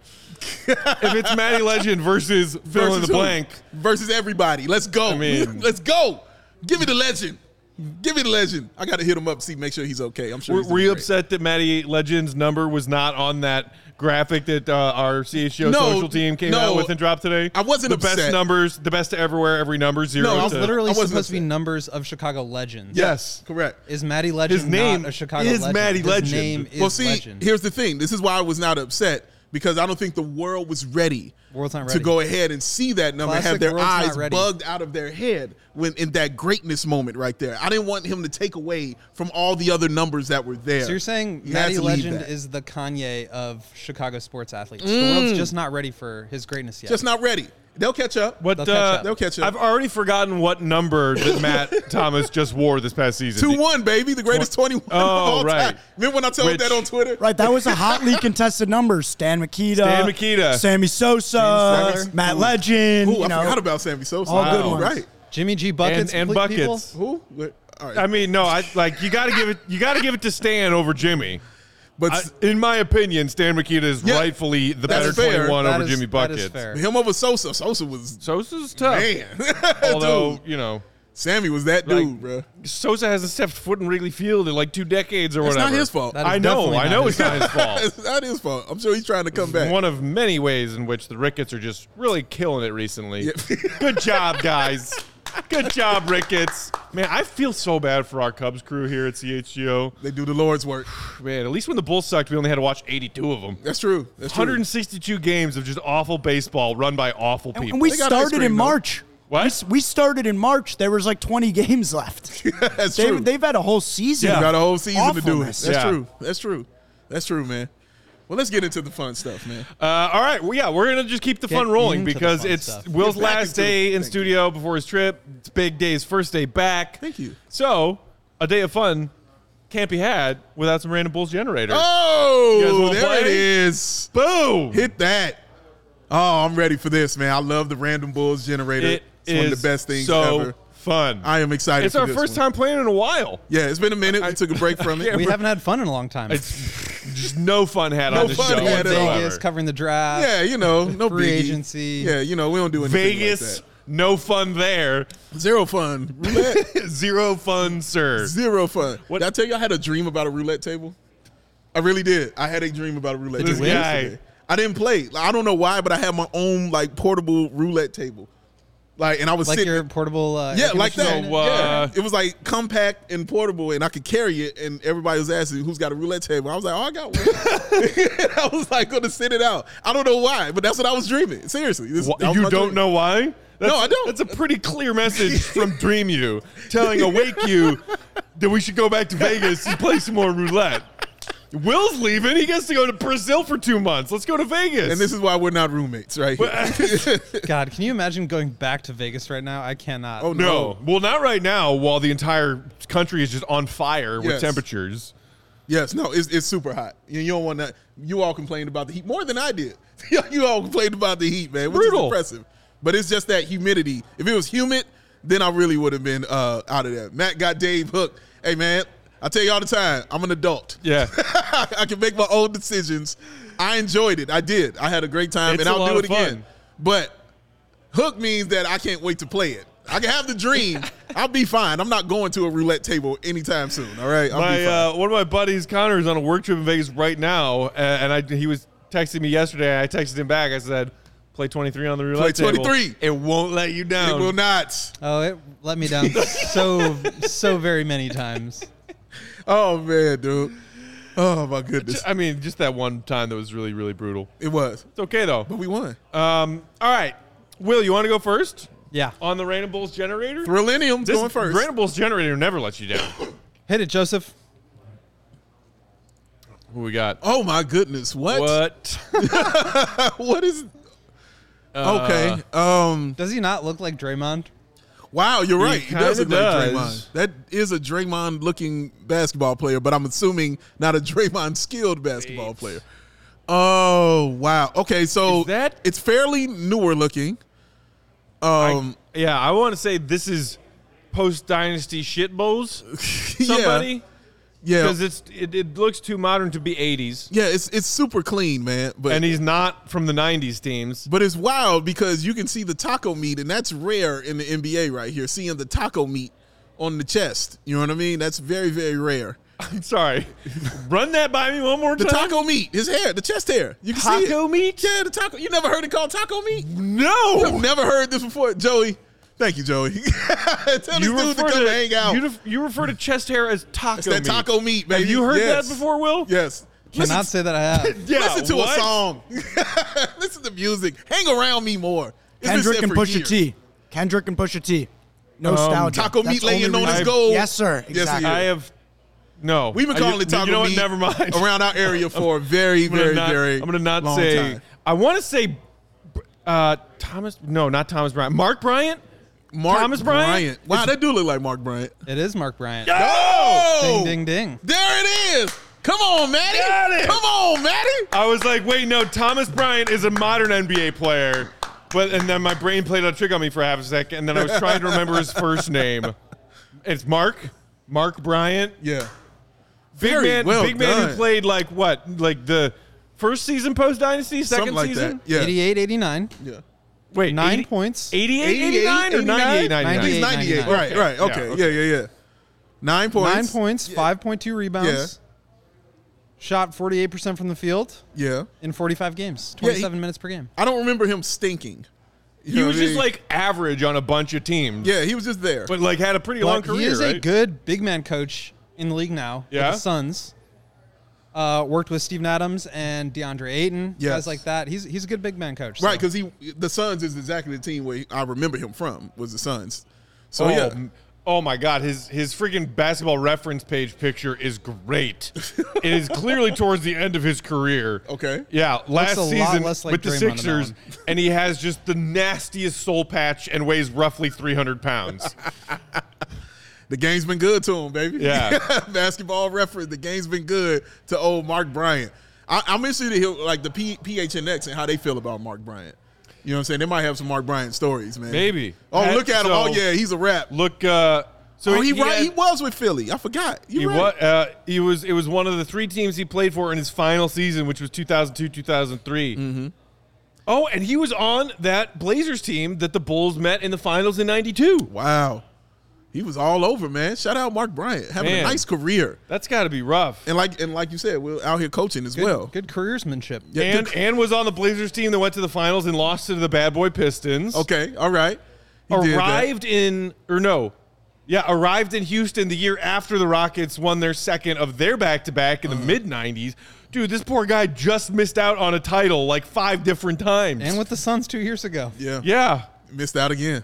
S1: if it's Maddie Legend versus fill in the
S2: who?
S1: blank,
S2: Versus everybody. Let's go.
S1: mean-
S2: Let's go. Give me the legend. Give me the legend. I got to hit him up see make sure he's okay. I'm sure.
S1: were,
S2: he's doing
S1: were you
S2: great.
S1: upset that Maddie Legend's number was not on that graphic that uh, our CHGO
S2: No,
S1: social team came out
S2: no.
S1: with and dropped today?
S2: I wasn't
S1: the best
S2: upset.
S1: numbers, the best everywhere, every number zero.
S2: No, I
S3: It's
S1: to-
S3: literally
S2: I wasn't
S3: supposed to be
S2: upset.
S3: numbers of Chicago legends.
S1: yes.
S2: Correct.
S3: Is Maddie Legend
S1: His name
S3: not a Chicago
S1: is
S3: legend?
S1: Matty
S3: His
S1: Legend.
S3: name is
S2: well, see,
S3: Legend.
S2: here's the thing. This is why I was not upset because I don't think the world was ready,
S3: World's not
S2: to
S3: ready.
S2: go ahead and see that number, and
S3: Classic
S2: have their
S3: world's not
S2: eyes
S3: ready.
S2: bugged out of their head when in that greatness moment right there. I didn't want him to take away from all the other numbers that were there.
S3: So you're saying
S2: He had
S3: Maddie
S2: to lead
S3: Legend
S2: that.
S3: is the Kanye of Chicago sports athletes. The world's just not ready for his greatness yet.
S2: Mm. just not ready? They'll catch up.
S1: What,
S3: They'll catch
S1: uh,
S3: up.
S2: They'll catch up.
S1: I've already forgotten what number that Matt Thomas just wore this past season.
S2: Two one, baby, the greatest
S1: Twen-
S2: twenty one
S1: Oh,
S2: of all
S1: right.
S2: time. Remember when I told
S1: Which-
S2: that on Twitter?
S4: Right, that was a hotly contested number. Stan Makita,
S1: Stan Mikita.
S4: Sammy
S3: Sammy
S4: Sosa,
S3: Sosa.
S4: Matt Legend.
S2: Ooh,
S4: you
S2: I
S4: know.
S2: forgot about Sammy Sosa.
S4: all good
S2: Wow.
S4: ones.
S2: Right?
S3: Jimmy G buckets
S1: And- and
S3: complete people?
S1: buckets.
S2: Who? What? All right.
S1: I mean, no, I like you got to give it. You got to give it to Stan over Jimmy.
S2: but
S1: I, in my opinion, Stan Makita is
S2: Yeah,
S1: rightfully the better
S2: that's fair.
S1: 21
S3: That
S1: over
S3: is-
S1: Jimmy
S3: that
S1: Buckets.
S3: is fair.
S2: him over Sosa. Sosa was
S1: Sosa's tough.
S2: man.
S1: Although,
S2: Dude.
S1: you know,
S2: Sammy was that
S1: Like,
S2: dude, bro.
S1: Sosa hasn't stepped foot in Wrigley Field in like two decades or
S2: It's
S1: whatever.
S2: not his fault.
S3: That is
S1: I know.
S3: definitely
S1: I
S3: not
S1: know it's
S3: his
S1: not his fault.
S2: It's not his fault. I'm sure he's trying to come back.
S1: One of many ways in which the Ricketts are just really killing it recently. Good job, guys. Good job, Ricketts. Man, I feel so bad for our Cubs crew here at CHGO.
S2: They do the Lord's work.
S1: Man, at least when the Bulls sucked, we only had to watch 82 of them.
S2: That's true. That's true.
S1: 162 games of just awful baseball run by awful people.
S4: and we
S2: They got ice
S4: started in
S2: cream, though.
S4: March.
S1: What?
S4: We, s- we started in March. There was like 20 games left.
S2: That's
S4: they,
S2: true.
S4: They've had a whole season.
S1: Yeah.
S2: got a whole season to do it.
S4: Awfulness.
S2: That's
S1: Yeah.
S2: true. That's true. That's true, man. Well, let's get into the fun stuff, man.
S1: Uh, all right, well, yeah, we're gonna just keep the
S3: Get
S1: fun rolling
S3: into the
S1: because
S3: fun
S1: it's
S3: stuff.
S1: Will's
S2: Get back
S1: last
S2: into it.
S1: day in
S2: Thank
S1: studio before his trip. It's Big Day's first day back.
S2: Thank you.
S1: So, a day of fun can't be had without some random Bulls generator. You guys
S2: Oh,
S1: wanna
S2: there it
S1: play?
S2: is.
S1: Boom!
S2: Hit that. Oh, I'm ready for this, man. I love the Random Bulls generator.
S1: It
S2: it's one of
S1: is
S2: the best things
S1: so
S2: ever.
S1: fun.
S2: I am excited.
S1: it's
S2: for
S1: our
S2: this
S1: first
S2: one.
S1: time playing in a while.
S2: Yeah, it's been a minute. We took a break from it.
S3: We haven't had fun in a long time.
S1: It's just no fun had on
S2: No
S1: this
S2: fun
S1: show.
S2: had at all.
S1: whatsoever.
S3: Vegas covering the draft.
S2: Yeah, you know, no
S3: Free
S2: biggie.
S3: agency.
S2: Yeah, you know, we don't do anything like
S1: Vegas,
S2: that.
S1: no fun there.
S2: Zero fun. Roulette.
S1: Zero fun, sir.
S2: Zero fun.
S1: What-
S2: Did I tell you I had a dream about a roulette table? I really did. I had a dream about a roulette
S1: This
S2: table.
S1: guy.
S2: yesterday. I didn't play. Like, I don't know why, but I had my own like portable roulette table. Like and I was
S3: Like
S2: sitting
S3: your portable. Uh,
S2: Yeah,
S3: air
S2: like that.
S3: conditioner.
S1: So, uh,
S2: yeah. It was like compact and portable and I could carry it and everybody was asking who's got a roulette table. I was like, "Oh, I got one." I was like going to sit it out. I don't know why, but that's what I was dreaming. Seriously. This,
S1: Wh-
S2: that was
S1: you
S2: my
S1: don't
S2: dream.
S1: know why? That's,
S2: I don't.
S1: That's a pretty clear message from Dream You, telling Awake You that we should go back to Vegas and play some more roulette. Will's leaving. He gets to go to Brazil for two months. Let's go to Vegas.
S2: And this is why we're not roommates, right? here.
S3: God, can you imagine going back to Vegas right now? I cannot.
S2: Oh,
S1: no. Well, not right now. While the entire country is just on fire with
S2: Yes.
S1: temperatures.
S2: Yes, no, it's, it's super hot. You, you don't want that. You all complained about the heat more than I did. you all complained about the heat, man, which
S1: Brutal.
S2: is impressive. But it's just that humidity. If it was humid, then I really would have been uh, out of there. Matt got Dave hooked. Hey, man, I tell you all the time, I'm an adult.
S1: Yeah.
S2: I can make my own decisions. I enjoyed it. I did. I had a great time,
S1: It's
S2: and
S1: a
S2: I'll
S1: lot
S2: do
S1: of
S2: it again.
S1: fun.
S2: But hook means that I can't wait to play it. I can have the dream. I'll be fine. I'm not going to a roulette table anytime soon. All right. I'll be
S1: my uh,
S2: fine.
S1: one of my buddies Connor is on a work trip in Vegas right now, a- and I he was texting me yesterday. And I texted him back. I said, "Play 23 on the roulette
S2: Play
S1: table.
S2: 23.
S1: It won't let you
S2: it
S1: down.
S2: will not.
S3: Oh, it let me down so so very many times.
S2: Oh man, dude. Oh my goodness.
S1: I mean, just that one time that was really really brutal.
S2: It was.
S1: It's okay though.
S2: But we won.
S1: Um, all right, Will, you want to go first
S3: Yeah,
S1: on the Random Bulls generator?
S2: Millennium's
S1: This
S2: going first.
S1: Random Bulls generator never lets you down.
S3: hit it, Joseph.
S1: Who we got?
S2: oh my goodness. What?
S1: What?
S2: what is Okay.
S1: Uh,
S2: um
S3: Does he not look like Draymond?
S2: wow, you're right. He does look
S1: kinda
S2: like
S1: does.
S2: Draymond. That is a Draymond looking basketball player, but I'm assuming not a Draymond skilled basketball player. Oh wow. Okay, so
S1: Is that-
S2: it's fairly newer looking. Um
S1: yeah, I want to say this is post Dynasty shit bowls.
S2: yeah,
S1: Somebody.
S2: Yeah.
S1: because it's it, it looks too modern to be 80s
S2: yeah, it's it's super clean, man. But
S1: and he's not from the 90s teams
S2: But it's wild because you can see the taco meat, and that's rare in the NBA right here. Seeing the taco meat on the chest, you know what I mean? That's very, very rare.
S1: sorry run that by me one more
S2: The
S1: time
S2: taco meat, his hair, the chest hair. You can see
S1: Taco
S2: it.
S1: meat?
S2: Yeah, the taco. You never heard it called taco meat? I've
S1: no
S2: never heard this before, Joey. Thank you, Joey. Tell
S1: you
S2: this dude to
S1: refer
S2: come
S1: to,
S2: hang out.
S1: you, def- you refer to chest hair as taco
S2: it's that
S1: meat.
S2: taco meat, baby.
S1: have you heard
S2: Yes.
S1: that before will
S2: Yes.
S3: Cannot
S2: Listen,
S3: say that I have.
S1: yeah
S2: listen to
S1: what?
S2: a song. listen to music. Hang around me more. It's been
S4: Kendrick
S2: said
S4: and
S2: for
S4: Pusha
S2: years. Um,
S4: T. Kendrick and Pusha T. Nostalgia.
S2: Taco
S4: That's
S2: meat
S4: the
S2: laying
S4: only
S2: on his
S4: reason.
S2: gold.
S4: Yes, sir.
S2: Yes, he
S4: Exactly.
S2: is.
S1: i have no
S2: We've been
S1: I-
S2: calling
S1: you,
S2: it taco
S1: you know
S2: meat
S1: what never mind
S2: around our area for a very,
S1: I'm gonna
S2: very,
S1: not,
S2: very.
S1: i'm gonna not
S2: long
S1: say
S2: time.
S1: i want to say uh thomas no not thomas bryant mark bryant
S2: Mark
S1: Thomas Bryant?
S2: Wow, that do look like Mark Bryant.
S3: It is Mark Bryant.
S2: Oh,
S3: Ding ding ding.
S2: There it is. Come on, Maddie.
S1: Got it.
S2: Come on, Maddie.
S1: I was like, wait, no, Thomas Bryant is a modern NBA player. But and then my brain played a trick on me for half a second, and then I was trying to remember his first name. It's Mark. Mark Bryant.
S2: Yeah.
S1: Big
S2: Very
S1: man,
S2: well
S1: big man who
S2: done.
S1: played like what? Like the first season post dynasty, second
S2: Something like
S1: season?
S2: that. Yeah.
S3: 88, 89,
S2: Yeah.
S1: Wait,
S3: nine
S1: 80
S3: points.
S1: 88,
S2: 88,
S1: 89 or 98, 99?
S2: I think it's 98.
S3: 98.
S2: Right, right.
S1: Okay.
S2: Okay.
S1: Yeah,
S2: Yeah, yeah, yeah. Nine points.
S3: Nine points, 5.2 rebounds. Shot 48% from the field
S2: Yeah.
S3: in 45 games,
S2: Yeah, he-
S3: 27 minutes per game.
S2: I don't remember him stinking. You
S1: He
S2: know
S1: was
S2: what I
S1: just
S2: mean?
S1: like average on a bunch of teams.
S2: Yeah, he was just there.
S1: But like had a pretty long
S3: But
S1: career.
S3: he is a
S1: right?
S3: good big man coach in the league now. with
S1: Yeah?
S3: the Suns. Uh, worked with Steven Adams and DeAndre Ayton,
S2: Yes.
S3: guys like that. He's he's a good big man coach.
S2: Right,
S3: so.
S2: because he the Suns is exactly the team where he- I remember him from was the Suns. So
S1: Oh,
S2: yeah,
S1: m- oh my God, his his freaking basketball reference page picture is great. it is clearly towards the end of his career.
S2: Okay.
S1: Yeah, last
S3: a lot
S1: season
S3: less like
S1: with the
S3: Draymond on that
S1: Sixers,
S3: one.
S1: and he has just the nastiest soul patch and weighs roughly 300 pounds.
S2: the game's been good to him, baby.
S1: Yeah.
S2: basketball reference. The game's been good to old Mark Bryant. I, I'm interested to hear like the P, PHNX and how they feel about Mark Bryant. You know what I'm saying? They might have some Mark Bryant stories, man.
S1: Maybe.
S2: Oh,
S1: That-
S2: look at him. oh
S1: so-
S2: yeah, he's a rap.
S1: Look, uh, so
S2: oh, he, right.
S1: had-
S2: he was with Philly. I forgot. You
S1: He
S2: right.
S1: was, uh, he was. It was one of the three teams he played for in his final season, which was 2002, 2003.
S3: Mm-hmm.
S1: Oh, and he was on that Blazers team that the Bulls met in the finals in '92.
S2: Wow. He was all over, man. Shout out Mark Bryant, having
S1: Man.
S2: a nice career,
S1: That's got to be rough.
S2: and like and like you said, we're out here coaching as
S3: good,
S2: well.
S3: good careersmanship.
S2: Yeah,
S1: and
S2: good-
S1: and was on the Blazers team that went to the finals and lost to the Bad Boy Pistons.
S2: Okay, all right. He did that.
S1: Arrived in or no. Yeah, arrived in Houston the year after the Rockets won their second of their back to back
S2: Uh-huh.
S1: in the mid 90s. Dude, this poor guy just missed out on a title like five different times.
S3: And with the Suns two years ago.
S2: Yeah.
S1: yeah.
S2: Missed out again.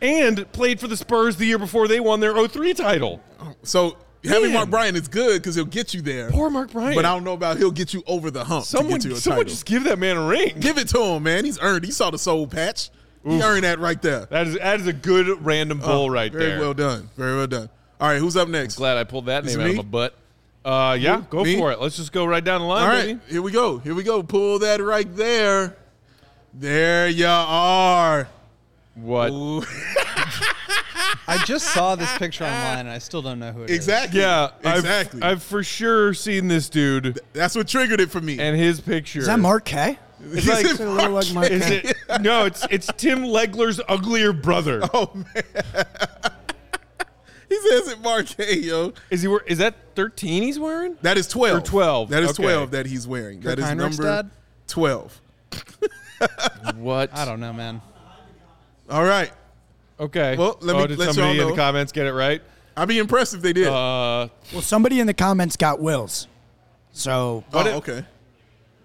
S1: And played for the Spurs the year before they won their 03 title.
S2: So Having
S1: Man.
S2: Mark Bryan is good because he'll get you there.
S1: Poor Mark Bryan.
S2: But I don't know about he'll get you over the hump.
S1: Someone,
S2: to get to a
S1: someone
S2: title.
S1: just give that man a ring.
S2: give it to him, man. He's earned. He saw the soul patch. He earned that right there.
S1: That is that is a good random bull right
S2: Oh, Very
S1: there.
S2: well done. Very well done. All right, who's up next?
S1: Glad I pulled that
S2: Is
S1: name
S2: it
S1: out of
S2: me?
S1: my butt. Uh, yeah, go
S2: Me?
S1: for it. Let's just go right down the line,
S2: All right,
S1: baby.
S2: here we go. Here we go. Pull that right there. There you are.
S1: What?
S3: I just saw this picture online and I still don't know who it is.
S2: Exactly.
S1: Yeah, I've-
S2: Exactly.
S1: I've, for sure seen this dude
S2: That's what triggered it for me.
S1: and his picture.
S4: Is that Mark K?
S2: It's
S1: like-
S4: Does it look like Mark
S1: Is
S4: K?
S1: it? No, it's it's Tim Legler's uglier brother.
S2: Oh. he says it, Mark K, yo.
S1: Is he? wear- Is that thirteen? He's wearing?
S2: That is 12.
S1: Or 12,
S2: That is
S1: okay.
S2: 12 that he's wearing. that is
S3: Heinrich's
S2: number
S3: dad?
S2: 12.
S1: What?
S3: I don't know, man.
S2: All right.
S1: Okay.
S2: Well, let me-
S1: Oh, did
S2: let
S1: somebody
S2: y'all
S1: in the
S2: know.
S1: comments get it right?
S2: I'd be impressed if they did.
S1: Uh,
S4: Well, somebody in the comments got Will's. So
S2: oh,
S1: it-
S2: okay.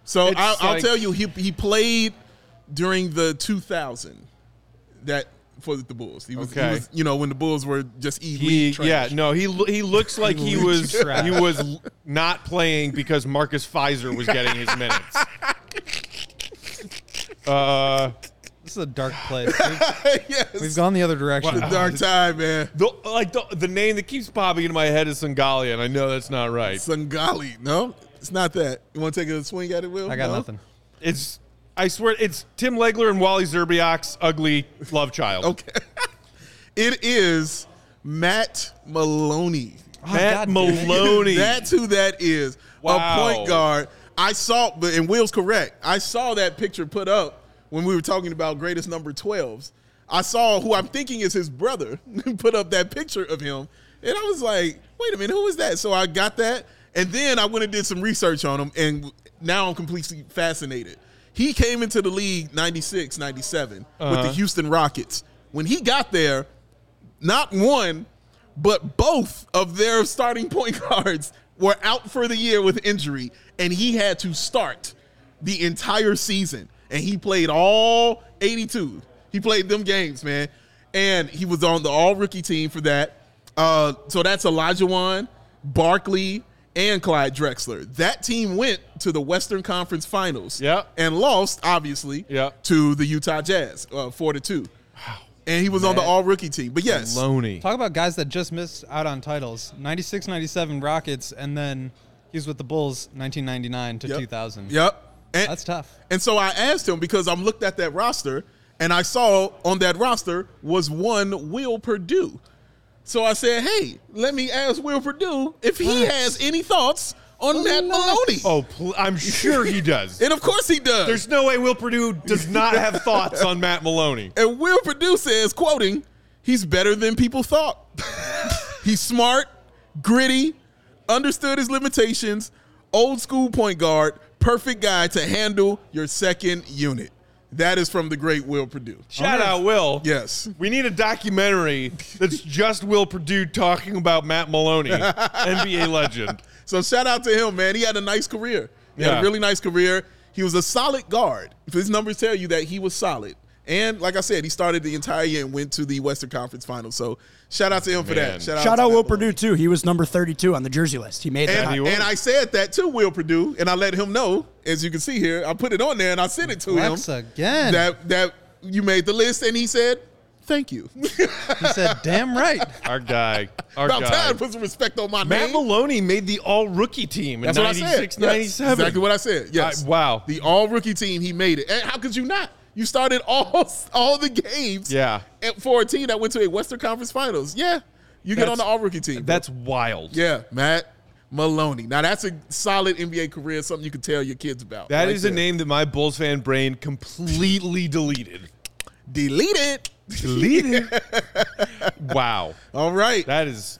S2: So
S1: It's
S2: I'll, I'll
S1: like-
S2: tell you, he, he played during the 2000 that for the Bulls. He was, he
S1: Okay.
S2: was- you know, when the Bulls were just E
S1: he,
S2: league trash.
S1: yeah, no, he lo- he looks like he
S3: Elite
S1: was
S3: trash.
S1: he was l- not playing because Marcus Pfizer was getting his minutes. Uh,
S3: This is a dark place. We've,
S2: yes.
S3: we've gone the other direction.
S2: The dark time, man.
S1: the, like the, the name that keeps popping into my head is Sangalia, and I know that's not right.
S2: Sangali. No, it's not that. You want to take a swing at it, Will?
S3: I got
S2: No?
S3: nothing.
S1: It's I swear it's Tim Legler and Wally Zerbiak's ugly love child.
S2: Okay. it is Matt Maloney.
S1: Matt
S3: God damn it.
S1: Maloney.
S2: That's who that is.
S1: Wow.
S2: A point guard. I saw, but and Will's correct. I saw that picture put up when we were talking about greatest number 12s. I saw who I'm thinking is his brother put up that picture of him. And I was like, wait a minute, who is that? So I got that. And then I went and did some research on him. And now I'm completely fascinated. He came into the league 96, 97 with the Houston Rockets. When he got there, not one, but both of their starting point guards were out for the year with injury, and he had to start the entire season. And he played all 82. He played them games, man. And he was on the all rookie team for that. Uh, so that's Elijah Wan, Barkley, and Clyde Drexler. That team went to the Western Conference Finals.
S1: Yeah.
S2: And lost, obviously,
S1: Yeah.
S2: to the Utah Jazz, uh, 4 to 2. And he was on the all rookie team. But yes.
S1: Maloney.
S3: Talk about guys that just missed out on titles. 96, 97 Rockets, and then he's with the Bulls 1999 to
S2: Yep.
S3: 2000.
S2: Yep. And,
S3: That's tough.
S2: And so I asked him because I'm looked at that roster and I saw on that roster was one Will Purdue. So I said, hey, let me ask Will Purdue if he has any thoughts on Matt Maloney.
S1: Oh, pl- I'm sure he does.
S2: And of course he does.
S1: There's no way Will Purdue does not have thoughts on Matt Maloney.
S2: and Will Purdue says, quoting, he's better than people thought. he's smart, gritty, understood his limitations, old school point guard, perfect guy to handle your second unit. That is from the great Will Purdue.
S1: Shout out, Will.
S2: Yes.
S1: We need a documentary that's just Will Purdue talking about Matt Maloney, NBA legend.
S2: So shout out to him, man. He had a nice career. He had
S1: Yeah.
S2: a really nice career. He was a solid guard. If his numbers tell you that he was solid. And like I said, he started the entire year and went to the Western Conference Finals. So shout out to him for
S1: Man.
S2: that. Shout out,
S4: shout
S2: to
S4: out
S2: that
S4: Will
S2: boy.
S4: Purdue too. He was number 32 on the jersey list. He made that.
S1: he
S2: And,
S1: was.
S2: and I said that to Will Purdue, and I let him know, as you can see here, I put it on there and I sent it to
S3: Flex
S2: him
S3: again.
S2: that that you made the list, and he said, "Thank you."
S3: he said, damn right.
S1: Our guy. Our
S2: About
S1: guy.
S2: time, put some respect on my
S1: Matt
S2: name.
S1: Maloney made the all rookie team in
S2: That's what I said.
S1: 96
S2: Yes,
S1: 97.
S2: exactly what I said. Yes.
S1: I- wow.
S2: The all rookie team, he made it. And how could you not? You started all all the games.
S1: Yeah.
S2: At for a team that went to a Western Conference Finals. Yeah. You get
S1: That's-
S2: on the all rookie team.
S1: That's wild.
S2: yeah, Matt Maloney. Now that's a solid NBA career, something you could tell your kids about.
S1: That is
S2: Right
S1: a
S2: there.
S1: name that my Bulls fan brain completely deleted.
S2: Delete it.
S1: Deleted. wow.
S2: All right.
S1: That is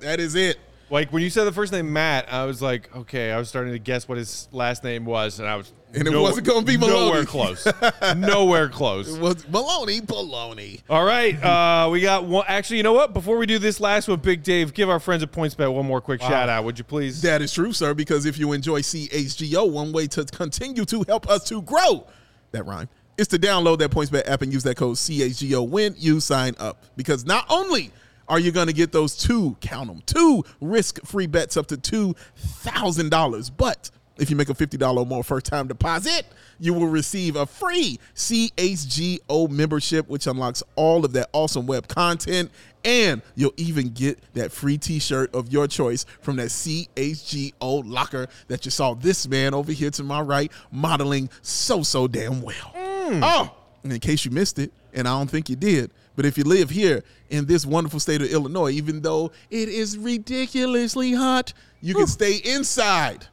S2: that is it.
S1: like when you said the first name Matt, I was like, okay, I was starting to guess what his last name was, and I was
S2: And it wasn't gonna be
S1: nowhere
S2: Maloney.
S1: close, nowhere close.
S2: Was Maloney baloney.
S1: All right, uh, we got one. Actually, you know what? Before we do this last one, Big Dave, give our friends at PointsBet one more quick shout out, would you please?
S2: That is true, sir, because if you enjoy CHGO, one way to continue to help us to grow, that rhyme, is to download that PointsBet app and use that code CHGO when you sign up. Because not only are you going to get those two, count them, two risk free bets up to $2,000. But if you make a $50 or more first time deposit, you will receive a free CHGO membership, which unlocks all of that awesome web content. And you'll even get that free t shirt of your choice from that CHGO locker that you saw this man over here to my right modeling so, so damn well. Oh, and in case you missed it, and I don't think you did, but if you live here in this wonderful state of Illinois, even though it is ridiculously hot, you can stay inside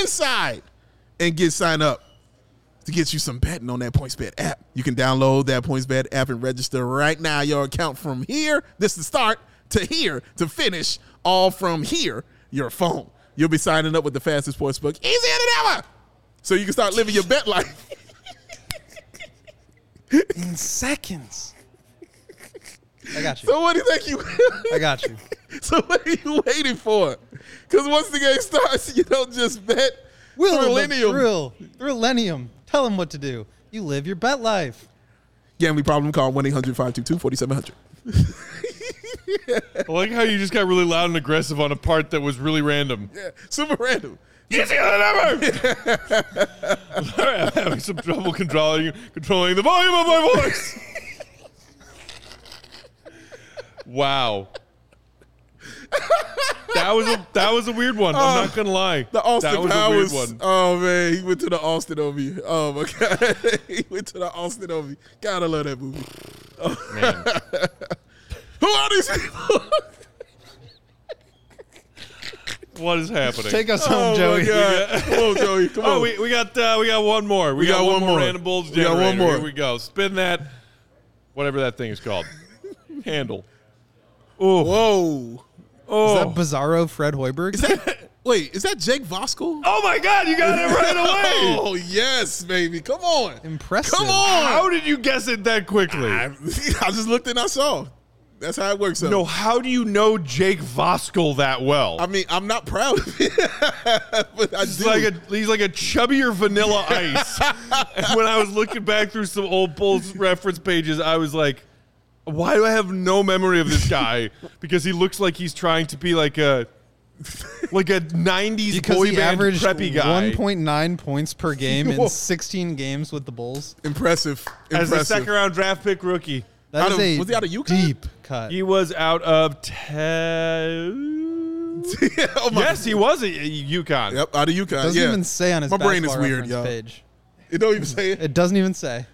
S2: inside and get signed up to get you some betting on that PointsBet app. You can download that PointsBet app and register right now your account from here. This is the start to here to finish, all from here, your phone. You'll be signing up with the fastest sportsbook easier than ever. So you can start living your bet life.
S3: In seconds. I got you.
S2: So what do you think you
S3: I got you.
S2: So what are you waiting for? Because once the game starts, you don't just bet
S3: Will
S2: Millennium.
S3: Thrill. Thrillennium. Tell them what to do. You live your bet life.
S2: Gambling problem, call 1-800-522-4700.
S1: I like how you just got really loud and aggressive on a part that was really random.
S2: Super random.
S1: Yes, you got the number. Sorry, I'm having some trouble controlling controlling the volume of my voice. wow. That was a that was a weird one. I'm not gonna lie.
S2: Uh, The Austin
S1: that was
S2: Powers.
S1: a weird one.
S2: Oh man, he went to the Austin over you. Oh my god, he went to the Austin over you. Gotta love that movie.
S1: Man.
S2: Who are these people? Oh,
S1: What is happening?
S3: Take us
S2: Oh
S3: home,
S2: my
S3: Joey.
S2: god. Come on, Joey. Come on.
S1: oh, we, we got uh, we got one more. We, got, one more random bulls.
S2: We got one
S1: generator.
S2: more.
S1: Here we go. Spin that, whatever that thing is called. Handle. Oh,
S2: Whoa.
S1: oh.
S3: Is that Bizarro Fred Hoiberg?
S2: Is that wait? Is that Jake Voskal?
S1: Oh my God! You got it right away.
S2: Oh yes, baby. Come on.
S3: Impressive.
S2: Come on.
S1: How did you guess it that quickly?
S2: I, I just looked and I saw. That's how it works. Out.
S1: no, how do you know Jake Voskel that well?
S2: I mean I'm not proud of it, but I
S1: he's
S2: do.
S1: like a he's like a chubbier Vanilla Ice. and when I was looking back through some old Bulls reference pages, I was like, why do I have no memory of this guy? because he looks like he's trying to be like a like a '90s
S3: Because
S1: boy
S3: he
S1: band
S3: averaged
S1: preppy guy.
S3: 1.9 points per game
S2: Whoa.
S3: in 16 games with the Bulls.
S2: impressive.
S1: as
S2: Impressive.
S1: a second round draft pick rookie,
S3: That is
S2: Out of-
S3: a
S2: was he out of UConn?
S3: deep cut.
S1: he was out of ten.
S2: oh my
S1: yes, he was at UConn.
S2: Yep, out of UConn.
S3: doesn't
S2: yeah.
S3: even say on his
S2: My brain is
S3: basketball
S2: weird,
S3: reference
S2: y'all.
S3: page.
S2: It don't even say it.
S3: It doesn't even say.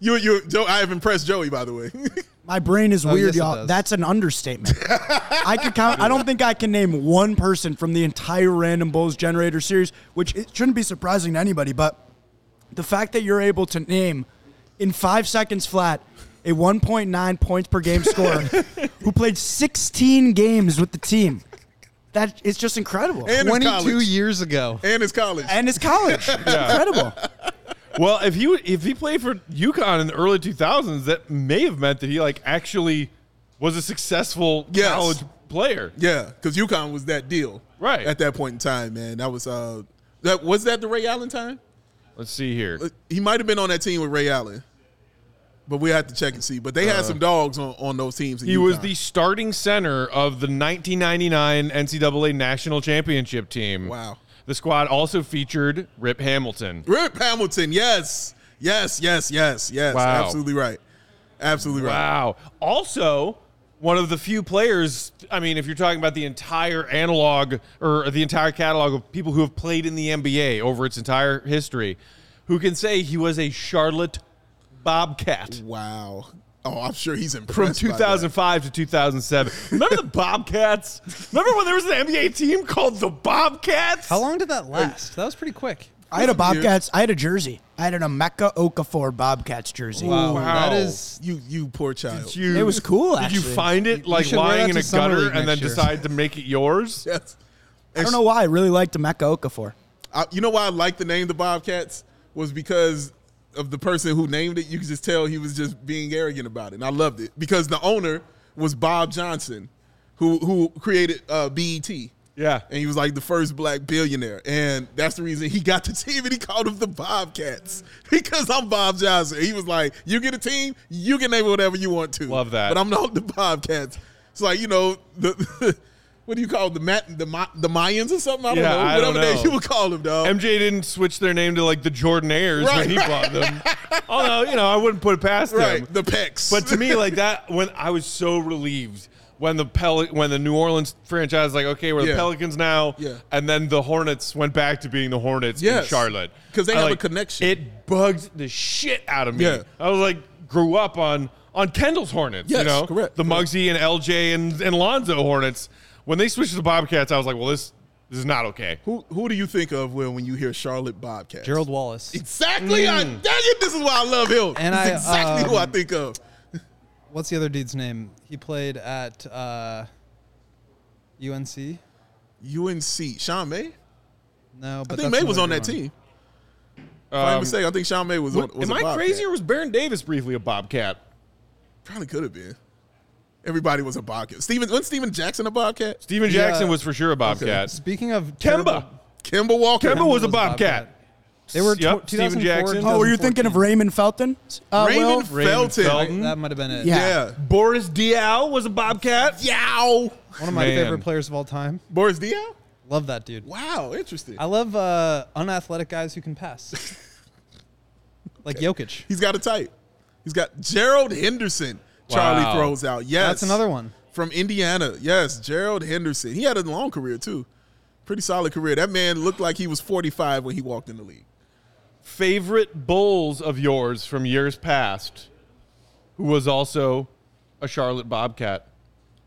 S2: You, you, Joe. I have impressed Joey, by the way.
S4: My brain is
S3: Oh,
S4: weird,
S3: yes, it
S4: y'all.
S3: does.
S4: That's an understatement. I could count. I don't think I can name one person from the entire Random Bulls Generator series, which it shouldn't be surprising to anybody. But the fact that you're able to name in five seconds flat a 1.9 points per game scorer who played 16 games with the team, that is just incredible. And,
S2: And it's
S3: 22
S2: college.
S3: years ago.
S2: and it's college.
S4: it's college. It's incredible.
S1: Well, if he if he played for UConn in the early 2000s, that may have meant that he like actually was a successful
S2: Yes.
S1: college player.
S2: yeah, because UConn was that deal,
S1: Right.
S2: At that point in time, man, that was uh, that was that the Ray Allen time.
S1: Let's see here.
S2: Uh, He might have been on that team with Ray Allen, but we have to check and see. But they
S3: Uh.
S2: had some dogs on, on those teams. at
S1: He was
S2: UConn.
S1: the starting center of the 1999 NCAA National Championship team.
S2: Wow.
S1: The squad also featured Rip Hamilton.
S2: Rip Hamilton. Yes, yes, yes, yes, yes.
S1: Wow.
S2: Absolutely right. Absolutely right.
S1: Wow. Also, one of the few players, I mean, if you're talking about the entire analog or the entire catalog of people who have played in the NBA over its entire history, who can say he was a Charlotte Bobcat
S2: Wow. Oh, I'm sure he's impressed.
S1: from
S2: by that.
S1: 2005 to 2007. Remember the Bobcats? Remember when there was an NBA team called the Bobcats?
S3: How long did that last? That was pretty quick.
S4: I had a Bobcats. I had a jersey. I had an Emeka Okafor Bobcats jersey.
S3: Wow.
S1: Wow.
S3: That is
S2: You, you poor child.
S1: You-
S4: It was cool,
S1: Did you
S4: actually.
S1: find it like
S3: should wear
S1: lying
S3: that
S1: in
S3: to
S1: a
S3: summer
S1: gutter
S3: league
S1: and then
S3: next year.
S1: decide to make it yours?
S2: Yes.
S4: I don't know why. I really liked Emeka Okafor.
S2: I, you know why I like the name the Bobcats was because of the person who named it. You could just tell he was just being arrogant about it, and I loved it because the owner was Bob Johnson, who who created uh, BET.
S1: Yeah.
S2: And he was like the first black billionaire. And that's the reason he got the team and he called them the Bobcats. Because I'm Bob Johnson. He was like, You get a team, you can name it whatever you want to.
S1: Love that.
S2: But I'm not the Bobcats. It's like, you know, the what do you call it? the Mat the Ma- the Mayans or something? I don't
S1: Yeah,
S2: know.
S1: I
S2: Whatever
S1: don't know.
S2: name you would call them, dog.
S1: MJ didn't switch their name to like the Jordanaires
S2: Right,
S1: when he
S2: Oh. right.
S1: bought them. Although, you know, I wouldn't put it past
S2: right.
S1: him.
S2: The Pecks.
S1: But to me, like that, when I was so relieved when the Pel- when the New Orleans franchise, like, okay, we're the
S2: Yeah.
S1: Pelicans now,
S2: Yeah.
S1: and then the Hornets went back to being the Hornets in
S2: Yes.
S1: Charlotte
S2: 'Cause they
S1: I,
S2: have a
S1: like,
S2: connection.
S1: It bugged the shit out of me.
S2: Yeah.
S1: I was like, grew up on on Kendall's Hornets. you
S2: Yes,
S1: know,
S2: correct,
S1: The
S2: correct.
S1: Muggsy and LJ and and Lonzo Hornets. When they switched to the Bobcats, I was like, well, this this is not okay.
S2: who who do you think of when, when you hear Charlotte Bobcats?
S3: Gerald Wallace.
S2: Exactly. I,
S1: Mm.
S2: dang it, this is why I love him.
S3: And
S2: This is
S3: I,
S2: exactly who I
S3: um,
S2: think of.
S3: What's the other dude's name? He played at uh, UNC.
S2: UNC. Sean May?
S3: No,
S2: I
S3: but
S2: think
S3: that's
S2: May was
S3: another
S2: on that
S3: good one.
S2: team. If I mistake, I think Sean May was on. Was
S1: Am
S2: a
S1: I
S2: Bobcat.
S1: crazy or was Baron Davis briefly a Bobcat?
S2: Probably could have been. Everybody was a Bobcat. Steven, wasn't Steven Jackson a Bobcat?
S1: Steven
S3: Yeah.
S1: Jackson was for sure a Bobcat.
S3: Speaking of
S1: Kemba.
S3: terrible-
S2: Kimba Walker.
S1: Kemba was a Bobcat.
S3: They were tw-
S1: Yep, Steven
S3: 2004,
S1: Jackson.
S4: Oh, were you thinking of
S3: 2014.
S4: Raymond Felton? Uh, Will?
S2: Raymond
S1: Raymond
S2: Felton.
S1: Felton.
S3: That might have been it.
S4: Yeah.
S2: Yeah.
S1: Boris Diaw was a Bobcat.
S2: Yow.
S3: One of my
S1: Man.
S3: favorite players of all time.
S2: Boris Diaw?
S3: Love that dude.
S2: Wow, interesting.
S3: I love uh, unathletic guys who can pass. like Jokic.
S2: He's got a type. He's got Gerald Henderson. Charlie
S1: Wow.
S2: throws out. Yes.
S3: That's another one.
S2: From Indiana. Yes, Gerald Henderson. He had a long career too. Pretty solid career. That man looked like he was 45 when he walked in the league.
S1: Favorite Bulls of yours from years past, who was also a Charlotte Bobcat.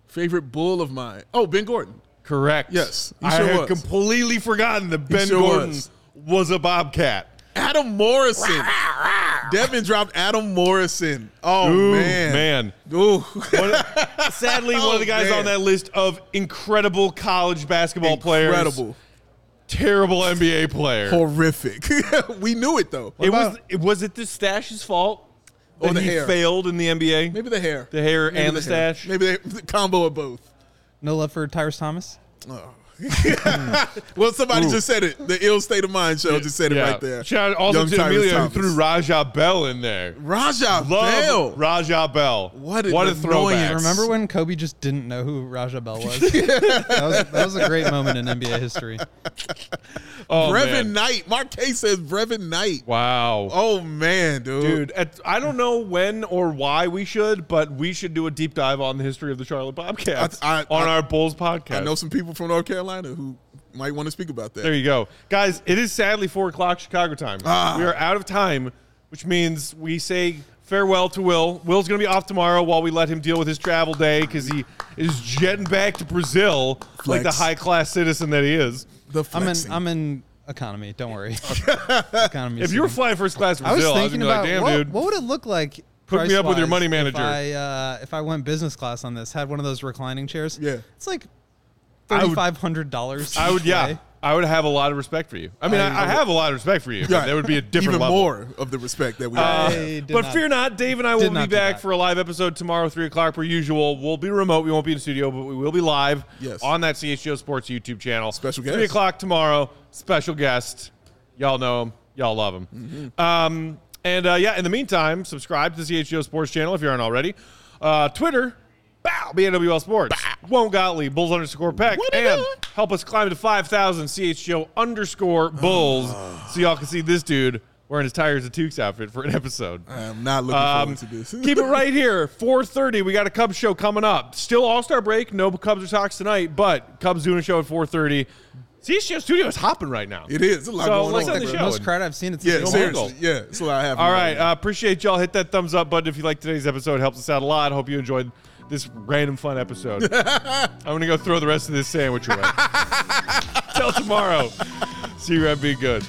S2: Favorite bull of mine. Oh, Ben Gordon.
S1: Correct.
S2: Yes, he
S1: I
S2: sure
S1: had
S2: was.
S1: completely forgotten that Ben
S2: sure
S1: Gordon was.
S2: was.
S1: a Bobcat.
S2: Adam Morrison. Devin dropped Adam Morrison. Oh
S1: Ooh,
S2: man.
S1: man.
S2: Ooh.
S1: One- sadly, one of the guys
S2: Oh, man.
S1: on that list of incredible college basketball players,
S2: Incredible.
S1: terrible NBA player.
S2: Horrific. we knew it though.
S1: It was it was it the stash's fault
S2: Or
S1: that
S2: the
S1: he
S2: hair.
S1: failed in the NBA?
S2: Maybe the hair.
S1: The hair
S2: Maybe
S1: and the
S2: hair.
S1: stash?
S2: Maybe the, the combo of both.
S3: No love for Tyrus Thomas.
S2: Oh. well, somebody
S1: Ooh.
S2: just said it. The ill state of mind show just said it right there.
S1: Shout out also
S2: Young
S1: to
S2: Tyrese
S1: Emilio
S2: Thomas.
S1: who threw Raja Bell in there.
S2: Raja
S1: Love
S2: Bell.
S1: Raja Bell.
S2: What an
S1: a
S2: annoyance.
S1: throwback.
S3: Remember when Kobe just didn't know who Raja Bell was? that was? That was a great moment in NBA history.
S1: oh,
S2: Brevin
S1: man.
S2: Knight. Marquez says Brevin Knight.
S1: Wow.
S2: Oh man, dude.
S1: Dude, at, I don't know when or why we should, but we should do a deep dive on the history of the Charlotte Bobcats
S2: I- I-
S1: on
S2: I-
S1: our Bulls podcast.
S2: I know some people from North Carolina who might want to speak about that.
S1: There you go. Guys, it is sadly four o'clock Chicago time.
S2: Ah.
S1: We are out of time, which means we say farewell to Will. Will's going to be off tomorrow while we let him deal with his travel day because he is jetting back to Brazil like the
S2: Flex.
S1: high class citizen that he is.
S2: the
S3: I'm in.
S2: flexing.
S3: I'm in economy. Don't worry. economy.
S1: If you were flying first class to
S3: I was
S1: Brazil, I was,
S3: thinking
S1: going to be
S3: about
S1: like, damn,
S3: what,
S1: dude.
S3: what would it look like.
S1: Hook me up with your
S3: price-wise
S1: money manager.
S3: If I, uh, if I went business class on this, had one of those reclining chairs.
S2: Yeah.
S3: it's like
S1: I
S3: thirty
S1: would-
S3: five hundred dollars.
S1: I would, yeah. I would have a lot of respect for you. I mean, I, I have a lot of respect for you. but
S2: Yeah.
S1: There would be a different
S2: Even
S1: level. Uh,
S2: more of the respect that we
S3: I
S2: have.
S3: did
S1: but
S3: not-
S1: fear not, Dave and I will
S3: did
S1: be
S3: not do
S1: back
S3: that.
S1: for a live episode tomorrow, three o'clock per usual. We'll be remote; we won't be in the studio, but we will be live
S2: Yes.
S1: on that CHGO Sports YouTube channel.
S2: Special
S1: three
S2: guest.
S1: o'clock tomorrow. Special guest, y'all know him, y'all love him.
S3: Mm-hmm.
S1: Um, and uh, yeah, in the meantime, subscribe to the CHGO Sports channel if you aren't already. Uh, Twitter, bow, BNWL Sports, won't Gottlieb, Bulls underscore Peck,
S2: What it
S1: and
S2: do?
S1: help us climb to five thousand CHGO underscore Bulls, so y'all can see this dude. Wearing his tires and toques outfit for an
S3: Uh,
S1: episode.
S2: I'm not looking
S1: Um,
S2: forward to this.
S1: keep it right here. 4:30. We got a Cubs show coming up. Still All Star break. No Cubs or talks tonight, but Cubs doing a show at 4:30. CHGO Studio is hopping right now.
S2: It is. It's a lot
S1: So
S2: going
S1: let's
S2: on.
S1: end the
S3: the
S1: show.
S3: most crowd I've seen. It's
S2: Yeah,
S1: Go
S2: seriously.
S1: Michael.
S2: Yeah, it's a lot happening.
S1: All right. Uh, appreciate y'all. Hit that thumbs up button if you like today's episode. Helps us out a lot. Hope you enjoyed this random fun episode. I'm gonna go throw the rest of this sandwich away. Till tomorrow. See you, and be good.